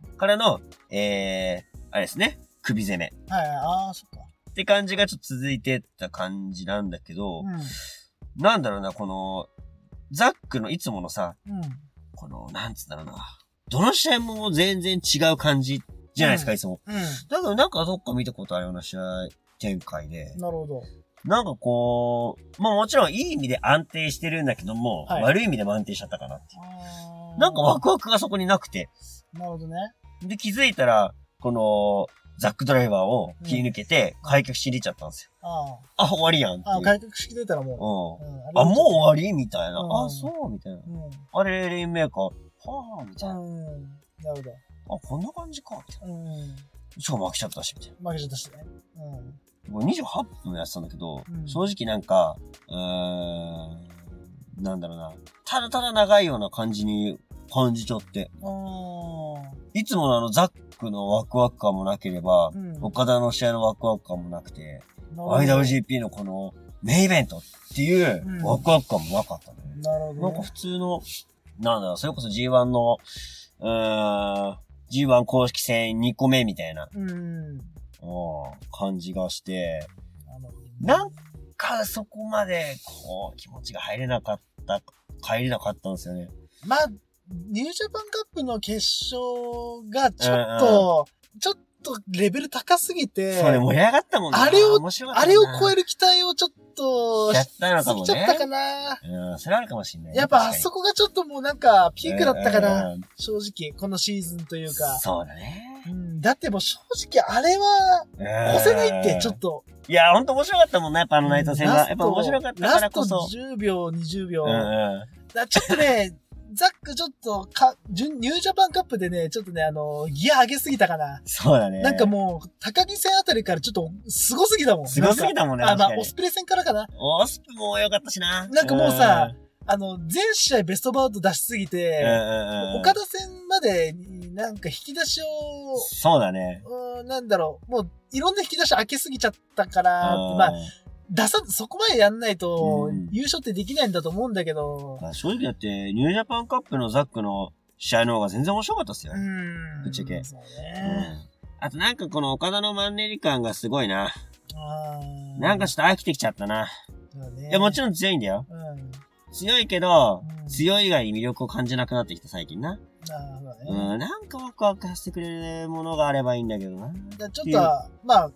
[SPEAKER 1] ーンからの、えー、あれですね、首攻め。
[SPEAKER 2] はいはい。ああ、そっか。
[SPEAKER 1] って感じがちょっと続いてった感じなんだけど
[SPEAKER 2] う、ん。
[SPEAKER 1] なんだろうな、この、ザックのいつものさ、
[SPEAKER 2] うん。
[SPEAKER 1] この、なんつうんだろうな、どの試合も全然違う感じじゃないですか、
[SPEAKER 2] う
[SPEAKER 1] いつも。
[SPEAKER 2] うん。
[SPEAKER 1] だけどなんかどっか見たことあるような試合展開で、
[SPEAKER 2] なるほど。
[SPEAKER 1] なんかこう、まあもちろんいい意味で安定してるんだけども、
[SPEAKER 2] はい
[SPEAKER 1] 悪い意味でも安定しちゃったかなっていう。
[SPEAKER 2] あー
[SPEAKER 1] なんかワクワクがそこになくて。
[SPEAKER 2] なるほどね。
[SPEAKER 1] で、気づいたら、この、ザックドライバーを切り抜けて、開脚しに出ちゃったんですよ。
[SPEAKER 2] あ
[SPEAKER 1] あ、終わりやんって
[SPEAKER 2] あ。ああ、
[SPEAKER 1] いう。
[SPEAKER 2] 改革式出たらもう。
[SPEAKER 1] う。
[SPEAKER 2] うんん。
[SPEAKER 1] あ、もう終わ
[SPEAKER 2] り
[SPEAKER 1] りみたいな。
[SPEAKER 2] うん
[SPEAKER 1] あ、そうみたいな。
[SPEAKER 2] うん。
[SPEAKER 1] あれ、レインメーカー。はあ、みたいな。あ、
[SPEAKER 2] うん。なるほど。
[SPEAKER 1] こんな感じか。みたいな。
[SPEAKER 2] うん。
[SPEAKER 1] しかも負けちゃったし、みたいな。
[SPEAKER 2] 負けちゃったしね。うん。
[SPEAKER 1] もう28分やってたんだけど、
[SPEAKER 2] うん
[SPEAKER 1] 正直なんか、うーん、なんだろうな。ただただ長いような感じに感じちゃって。
[SPEAKER 2] あ
[SPEAKER 1] いつものあのザックのワクワク感もなければ、
[SPEAKER 2] うん
[SPEAKER 1] 岡田の試合のワクワク感もなくて、
[SPEAKER 2] あ。
[SPEAKER 1] IWGP のこのメインイベントっていう
[SPEAKER 2] うん
[SPEAKER 1] ワクワク感もなかったね。
[SPEAKER 2] なるほどね。
[SPEAKER 1] なんか普通の、なんだろう、それこそ G1 の、うーん、G1 公式戦2個目みたいな、
[SPEAKER 2] うん。
[SPEAKER 1] うん感じがして、
[SPEAKER 2] あの
[SPEAKER 1] なんかそこまで、こう、気持ちが入れなかった、帰れなかったんですよね。
[SPEAKER 2] まあ、ニュージャパンカップの決勝がちょっと、ちょっとレベル高すぎて、
[SPEAKER 1] それ盛り上がったもんね。
[SPEAKER 2] あれを
[SPEAKER 1] 面白かった
[SPEAKER 2] あ
[SPEAKER 1] な
[SPEAKER 2] れを超える期待をちょっと、
[SPEAKER 1] や
[SPEAKER 2] し
[SPEAKER 1] ったの
[SPEAKER 2] す
[SPEAKER 1] か
[SPEAKER 2] ぎ
[SPEAKER 1] も
[SPEAKER 2] ちゃったか
[SPEAKER 1] ね。
[SPEAKER 2] な。
[SPEAKER 1] うん、それはあるかもしれないね。
[SPEAKER 2] やっぱあ
[SPEAKER 1] 確かに
[SPEAKER 2] そこがちょっともうなんかピークだったか
[SPEAKER 1] うん
[SPEAKER 2] な。
[SPEAKER 1] うんうん
[SPEAKER 2] 正直、このシーズンというか。
[SPEAKER 1] そうだね。
[SPEAKER 2] うん、だってもう正直あれは
[SPEAKER 1] 越
[SPEAKER 2] 越せないって、ちょっと。
[SPEAKER 1] いや、ほんと面白かったもんね、やっぱあの内藤戦
[SPEAKER 2] ラス
[SPEAKER 1] が。
[SPEAKER 2] ト
[SPEAKER 1] やっぱ面白かったからこ
[SPEAKER 2] ラ
[SPEAKER 1] そ
[SPEAKER 2] ス。ト10秒、20秒。
[SPEAKER 1] うんうん
[SPEAKER 2] だちょっとね、ザックちょっとか、ジュニュージャパンカップでね、ちょっとね、あの、ギア上げすぎたかな。
[SPEAKER 1] そうだね。
[SPEAKER 2] なんかもう、高木戦あたりからちょっと、すごすぎたもん。
[SPEAKER 1] すごすぎ
[SPEAKER 2] た
[SPEAKER 1] たもんね。
[SPEAKER 2] あ、ま
[SPEAKER 1] 確
[SPEAKER 2] あ
[SPEAKER 1] か、
[SPEAKER 2] オ
[SPEAKER 1] に
[SPEAKER 2] スプレイ戦からかな。
[SPEAKER 1] オスプも良かったしな。
[SPEAKER 2] なんかもうさあの、全試合ベストバウト出しすぎ
[SPEAKER 1] うん、うん
[SPEAKER 2] て、
[SPEAKER 1] うんうん
[SPEAKER 2] 岡田戦までになんか引き出しを、
[SPEAKER 1] そうだね。
[SPEAKER 2] うーんなんだろう、もう、いろんな引き出し開けすぎちゃったから、
[SPEAKER 1] うん
[SPEAKER 2] まあ、出さ、そこまでやんないと
[SPEAKER 1] うん、
[SPEAKER 2] 優勝ってできないんだと思うんだけど、
[SPEAKER 1] まあ正直だって、ニュージャパンカップのザックの試合の方が全然面白かったっすよ
[SPEAKER 2] う。ん。
[SPEAKER 1] ぶっちゃけ
[SPEAKER 2] そうね。
[SPEAKER 1] うんあとなんかこの岡田のマンネリ感がすごいな。
[SPEAKER 2] う
[SPEAKER 1] なんかちょっと飽きてきちゃったな。いや、もちろん強いんだよ。
[SPEAKER 2] ろん。うん。
[SPEAKER 1] 強いけど
[SPEAKER 2] うん、
[SPEAKER 1] 強い以外に魅力を感じなくなってきた最近な。
[SPEAKER 2] なるほどね。
[SPEAKER 1] うん、なんかワクワクさせてくれるものがあればいいんだけどな。
[SPEAKER 2] じゃあちょっとは、まあ、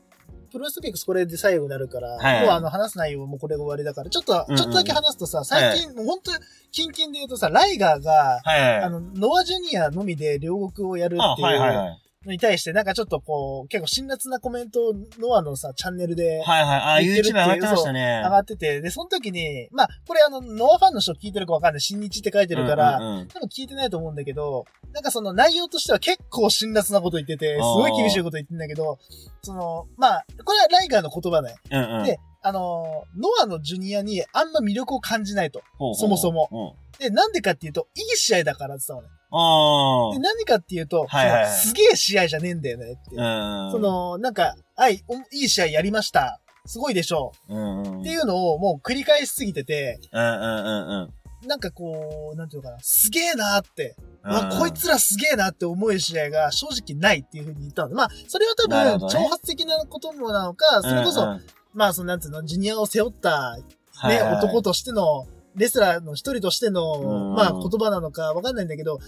[SPEAKER 2] プロレスビックスこれで最後になるから、
[SPEAKER 1] はい
[SPEAKER 2] もうあの話す内容もこれが終わりだから、ちょっと、
[SPEAKER 1] うんうん
[SPEAKER 2] ちょっとだけ話すとさ、最近、もう本当キンキンで言うとさ、ライガーが、
[SPEAKER 1] はい
[SPEAKER 2] あの、ノア・ジュニアのみで両国をやる
[SPEAKER 1] あ、
[SPEAKER 2] ってい
[SPEAKER 1] はいはいうはい。
[SPEAKER 2] のに対して、なんかちょっとこう、結構辛辣なコメントをノアのさ、チャンネルで
[SPEAKER 1] はいはい。あ、
[SPEAKER 2] 言ってるっていう
[SPEAKER 1] YouTube 上がってましたね。
[SPEAKER 2] 上がってて、で、その時に、まあ、これあの、ノアファンの人聞いてるかわかんない、新日って書いてるから、
[SPEAKER 1] うんうんうん
[SPEAKER 2] 多分聞いてないと思うんだけど、なんかその内容としては結構辛辣なこと言ってて、すごい厳しいこと言ってんだけど、その、まあ、これはライガーの言葉ね。
[SPEAKER 1] うんうん
[SPEAKER 2] で、あのー、ノアのジュニアにあんま魅力を感じないと。
[SPEAKER 1] ほうほう
[SPEAKER 2] そもそも。
[SPEAKER 1] うん
[SPEAKER 2] で、なんでかっていうと、いい試合だからって言って
[SPEAKER 1] あ
[SPEAKER 2] たのね。で、何かっていうと、
[SPEAKER 1] はいはいはい
[SPEAKER 2] そのすげえ試合じゃねえんだよねって。
[SPEAKER 1] あ。
[SPEAKER 2] そ、の、なんか、はい、おいい試合やりました。すごいでしょ
[SPEAKER 1] うんうん。
[SPEAKER 2] う。っていうのをもう繰り返しすぎてて、
[SPEAKER 1] うんうんうんうん。
[SPEAKER 2] なんかこう、なんていうのかな、すげえなーって。ま
[SPEAKER 1] う
[SPEAKER 2] あ、
[SPEAKER 1] ん
[SPEAKER 2] こいつらすげえなって思う試合が正直ないっていうふうに言ったので、まあ、それは多
[SPEAKER 1] なるほ
[SPEAKER 2] 分、
[SPEAKER 1] どね
[SPEAKER 2] 挑発的なこともなのか、それこ
[SPEAKER 1] うん
[SPEAKER 2] そ、
[SPEAKER 1] うん
[SPEAKER 2] まあ、その、なんつうの、ジュニアを背負った、ね、
[SPEAKER 1] はいはい
[SPEAKER 2] 男としての、レスラーの一人として
[SPEAKER 1] う
[SPEAKER 2] の、
[SPEAKER 1] ん
[SPEAKER 2] まあ、言葉なのかわかんないんだけど、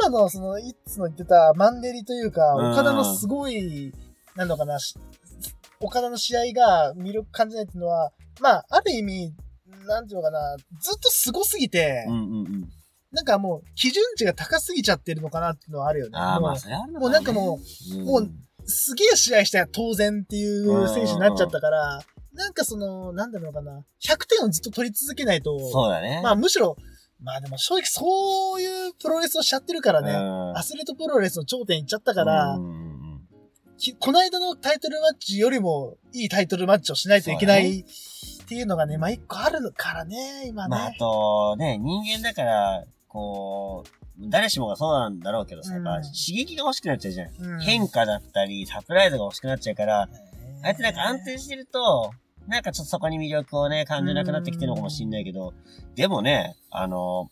[SPEAKER 2] 今の、その、いつの言ってたマンネリというか、
[SPEAKER 1] うん
[SPEAKER 2] 岡田のすごい、なんのかな、し岡田の試合が魅力感じないっていうのは、まあ、ある意味、なんていうのかな、ずっと凄すぎて、
[SPEAKER 1] うんうんうん。
[SPEAKER 2] なんかもう、基準値が高すぎちゃってるのかなっていうのはあるよね。
[SPEAKER 1] あ
[SPEAKER 2] も
[SPEAKER 1] あ、
[SPEAKER 2] う
[SPEAKER 1] まあ、それはあるの
[SPEAKER 2] もうなんかも
[SPEAKER 1] う
[SPEAKER 2] もうすげえ試合したら当然っていう選手になっちゃったから、なんかその、なんだろうかな、100点をずっと取り続けないと、
[SPEAKER 1] そうだね。
[SPEAKER 2] まあむしろ、まあでも正直そういうプロレスをしちゃってるからね、
[SPEAKER 1] ね
[SPEAKER 2] アスリートプロレスの頂点行っちゃったから、
[SPEAKER 1] うんうんうん
[SPEAKER 2] きこの間のタイトルマッチよりもいいタイトルマッチをしないといけないっていうのがね、まあ一個あるからね、今ね。
[SPEAKER 1] まあ、あと、ね、人間だから、こう、誰しもがそうなんだろうけどさ、やっぱ
[SPEAKER 2] うん
[SPEAKER 1] 刺激が欲しくなっちゃうじゃん。
[SPEAKER 2] うん
[SPEAKER 1] 変化だったり、サプライズが欲しくなっちゃうから、あえてなんか安定してると、なんかちょっとそこに魅力をね、感じなくなってきてるのかもしんないけど、でもね、あの、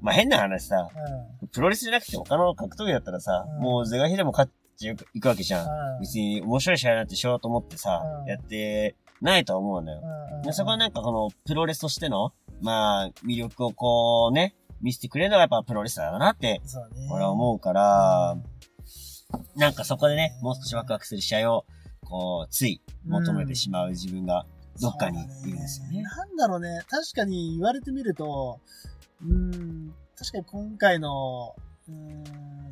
[SPEAKER 1] まあ、変な話さ、
[SPEAKER 2] う
[SPEAKER 1] プロレスじゃなくて他の格闘技だったらさ、
[SPEAKER 2] うん
[SPEAKER 1] もうゼガヒでも勝っていくわけじゃん。
[SPEAKER 2] ん。
[SPEAKER 1] 別に面白い試合なんてしようと思ってさ、
[SPEAKER 2] うん
[SPEAKER 1] やってないとは思うんだよ。
[SPEAKER 2] うん。う
[SPEAKER 1] で
[SPEAKER 2] ん
[SPEAKER 1] そこはなんかこのプロレスとしての、まあ、魅力をこうね、見せてくれるのがやっぱプロレスラーだなって、
[SPEAKER 2] そうね。
[SPEAKER 1] 俺は思うから、なんかそこでね、もう少しワクワクする試合を、こう、つい求めてしまう自分がどっかにいるんですよね。
[SPEAKER 2] なんだろうね。確かに言われてみると、うーん、確かに今回の、うーん、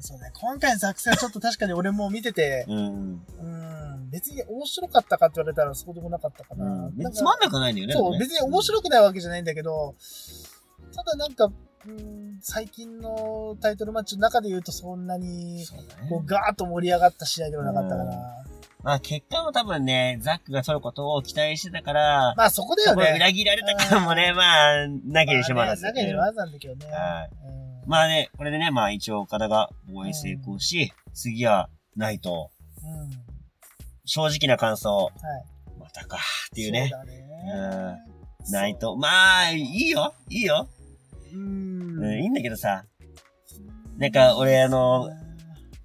[SPEAKER 2] そうね。今回の作戦はちょっと確かに俺も見てて、
[SPEAKER 1] うん。
[SPEAKER 2] うーん、別に面白かったかって言われたらそうでもなかったか
[SPEAKER 1] う
[SPEAKER 2] な。
[SPEAKER 1] ん。別につまんなくないんだよね。
[SPEAKER 2] そう、別に面
[SPEAKER 1] い。
[SPEAKER 2] 白くないわけじゃないんだけど、ただなんか、うーん、最近のタイトルマッチの中で言うとそんなに、
[SPEAKER 1] そうだ
[SPEAKER 2] こ
[SPEAKER 1] ね
[SPEAKER 2] う。ガーッと盛り上がった試合ではなかったか
[SPEAKER 1] う
[SPEAKER 2] な。
[SPEAKER 1] まあ結果も多分ね、ザックが取ることを期待してたから、
[SPEAKER 2] まあそこだ
[SPEAKER 1] そ
[SPEAKER 2] よ
[SPEAKER 1] こで
[SPEAKER 2] ね。
[SPEAKER 1] 裏切られた感もね、まあ、なきにしもあらず。
[SPEAKER 2] まあね中にしもあらずなんだけどね。
[SPEAKER 1] はい
[SPEAKER 2] うん
[SPEAKER 1] まあね、これでね、まあ一応岡田が防衛成功し、次はナイト。
[SPEAKER 2] うん。はい。
[SPEAKER 1] 正直な感想。またかっていうね
[SPEAKER 2] そ。だね。
[SPEAKER 1] ナイト。まあ、いいよ。いいよ。
[SPEAKER 2] そう。う
[SPEAKER 1] うんん、いいんだけどさ。なんか俺あの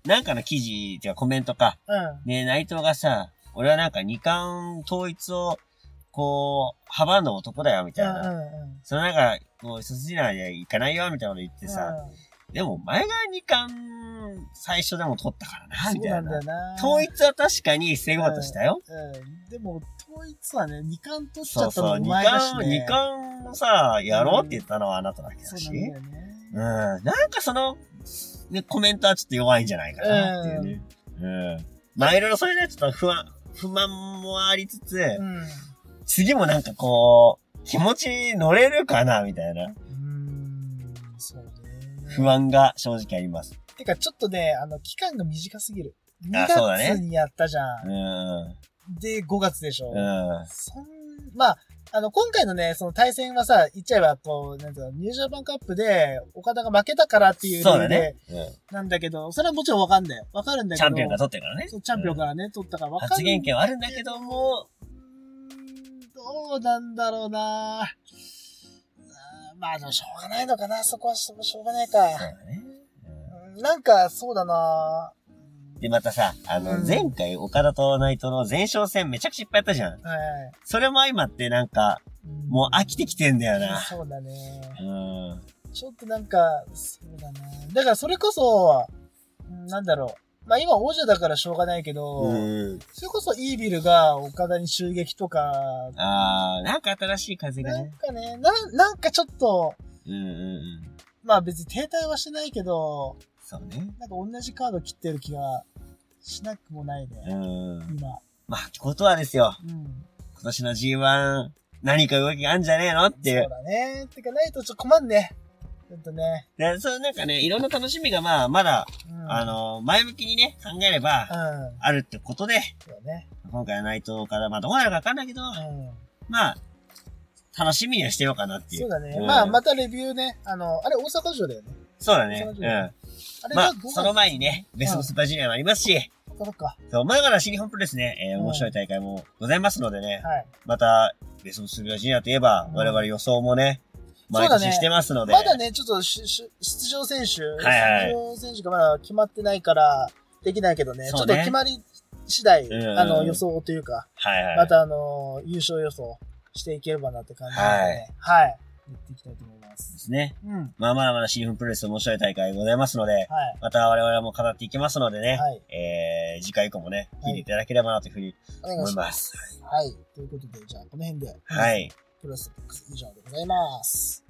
[SPEAKER 1] なんかの記事、てかコメントか。
[SPEAKER 2] うん。
[SPEAKER 1] ね、内藤がさ、俺はなんか二冠統一をこう、阻んの男だよ、みたいな。
[SPEAKER 2] うんうんうん
[SPEAKER 1] そのなんか、こう、一筋縄でいかないよ、みたいなこと言ってさ、
[SPEAKER 2] うん
[SPEAKER 1] でも、前が2巻、最初でも取ったからな、
[SPEAKER 2] そ
[SPEAKER 1] み
[SPEAKER 2] う
[SPEAKER 1] た
[SPEAKER 2] ないんだ
[SPEAKER 1] な
[SPEAKER 2] よ。な。
[SPEAKER 1] 統一は確かに防ごうとしたよ。
[SPEAKER 2] うん。でも、統一はね、二冠取っちゃ
[SPEAKER 1] そう
[SPEAKER 2] った
[SPEAKER 1] そう、
[SPEAKER 2] のも
[SPEAKER 1] 2
[SPEAKER 2] 前だし
[SPEAKER 1] 巻、
[SPEAKER 2] ね。
[SPEAKER 1] 二巻をさ、やろうって言ったのはあなただけだし。
[SPEAKER 2] そうなんだよね。
[SPEAKER 1] うん。なんかその、ね、コメントはちょっと弱いんじゃないかなっていうね。うん。まあいろいろそれでちょっと不安、不満もありつつ、次もなんかこう、気持ちに乗れるかなみたいな
[SPEAKER 2] うん。うーん、そうね。
[SPEAKER 1] 不安が正直あります。
[SPEAKER 2] てか、ちょっとね、あの、期間が短すぎる。2
[SPEAKER 1] あそうだね
[SPEAKER 2] 月にやったじゃ。
[SPEAKER 1] うんん。うん。
[SPEAKER 2] で、5月でしょ。
[SPEAKER 1] うん。
[SPEAKER 2] そん、まあ、あの、今回のね、その対戦はさ、言っちゃえば、こう、なんていうの、ニュージャパンカップで、岡田が負けたからっていう
[SPEAKER 1] そう
[SPEAKER 2] 理
[SPEAKER 1] だ
[SPEAKER 2] 由
[SPEAKER 1] ね
[SPEAKER 2] で、。
[SPEAKER 1] うん。
[SPEAKER 2] なんだけど、それはもちろんわかんないよ。わかるんだけ
[SPEAKER 1] チ
[SPEAKER 2] ど。
[SPEAKER 1] ャンピオンが取ってるからね。
[SPEAKER 2] そうチャンピオンからね、取ったからわかんない。
[SPEAKER 1] 発言権はあるんだけども、
[SPEAKER 2] うーんどうなんだろうなあーまあでもしょうがないのかな、そこはししょうがない
[SPEAKER 1] そう
[SPEAKER 2] か。
[SPEAKER 1] だね。うん
[SPEAKER 2] うんなんか、そうだな
[SPEAKER 1] で、またさ、あの、
[SPEAKER 2] うん
[SPEAKER 1] 前回、岡田とナイトの前哨戦めちゃくちゃいっぱいやったじゃん。
[SPEAKER 2] はいはい。
[SPEAKER 1] それも相まってなんか、もう飽きてきてんだよな。
[SPEAKER 2] そうだね。
[SPEAKER 1] うん。
[SPEAKER 2] ちょっとなんか、そうだね。だからそれこそ、うんなんだろう。まあ今王者だからしょうがないけど、
[SPEAKER 1] うん。
[SPEAKER 2] それこそイービルが岡田に襲撃とか、
[SPEAKER 1] あー、なんか新しい風が
[SPEAKER 2] なん
[SPEAKER 1] ね。
[SPEAKER 2] かね、ななんかちょっと、
[SPEAKER 1] うんうんうん。
[SPEAKER 2] まあ別に停滞はしてないけど、
[SPEAKER 1] そうね。
[SPEAKER 2] なんか同じカード切ってる気がしなくもないね、
[SPEAKER 1] うん。
[SPEAKER 2] 今。
[SPEAKER 1] まあ、ことはですよ。
[SPEAKER 2] うん。
[SPEAKER 1] 今年の G1、何か動きがあんじゃねえのってい
[SPEAKER 2] そう
[SPEAKER 1] う。
[SPEAKER 2] だね。てか、ないとちょっと困んね。ちょっとね。
[SPEAKER 1] で、そう、なんかね、いろんな楽しみがまあ、まだ、
[SPEAKER 2] うん、
[SPEAKER 1] あ、の、前向きにね、考えれ
[SPEAKER 2] う
[SPEAKER 1] ば、
[SPEAKER 2] ん。
[SPEAKER 1] あるってことで、
[SPEAKER 2] そうだね。
[SPEAKER 1] 今回はナイトから、まあ、どうなるかわかんないけ
[SPEAKER 2] う
[SPEAKER 1] ど、まあ、楽しみにはしてようかなって
[SPEAKER 2] ん。
[SPEAKER 1] いう。
[SPEAKER 2] そうだね。
[SPEAKER 1] ん
[SPEAKER 2] まあ、またレビューね。あの、あれ、大阪城だよね。
[SPEAKER 1] そうだね。
[SPEAKER 2] そううだね
[SPEAKER 1] ん。
[SPEAKER 2] あれ
[SPEAKER 1] ま
[SPEAKER 2] が
[SPEAKER 1] あ、その前にね、ベストスーパージュニアもありますし、
[SPEAKER 2] そっかそっか。
[SPEAKER 1] そう、まだまだ新日本プロレスね、えー
[SPEAKER 2] うん
[SPEAKER 1] 面白い大会もございますのでね、
[SPEAKER 2] はい。
[SPEAKER 1] また、ベストスーパージュニアといえば
[SPEAKER 2] う、ん
[SPEAKER 1] 我々予想もね、毎
[SPEAKER 2] そうだ
[SPEAKER 1] 年
[SPEAKER 2] ね
[SPEAKER 1] してますので、
[SPEAKER 2] まだね、ちょっとしし出場選手、
[SPEAKER 1] はいはい
[SPEAKER 2] 出場選手がまだ決まってないから、できないけどね。ち
[SPEAKER 1] そ
[SPEAKER 2] ょ
[SPEAKER 1] う
[SPEAKER 2] っ
[SPEAKER 1] ね
[SPEAKER 2] と決まり次第、
[SPEAKER 1] うん
[SPEAKER 2] あの、予想というか、
[SPEAKER 1] はいはい。
[SPEAKER 2] またあの、優勝予想していければなって感じなので、はい。やっていきたいと思いま。
[SPEAKER 1] ですすね。
[SPEAKER 2] うん。はい。
[SPEAKER 1] まあまだまだ新日本プロレス面白い大会ございますので、また我々も語っていきますのでね、
[SPEAKER 2] はい
[SPEAKER 1] えー、次回以降もね、
[SPEAKER 2] はい
[SPEAKER 1] 聞いていただければなというふうに
[SPEAKER 2] お願い
[SPEAKER 1] 思い
[SPEAKER 2] しま
[SPEAKER 1] ます。
[SPEAKER 2] す。はい。ということで、じゃあ、この辺で、
[SPEAKER 1] はい。
[SPEAKER 2] プロレスボックス以上でございます。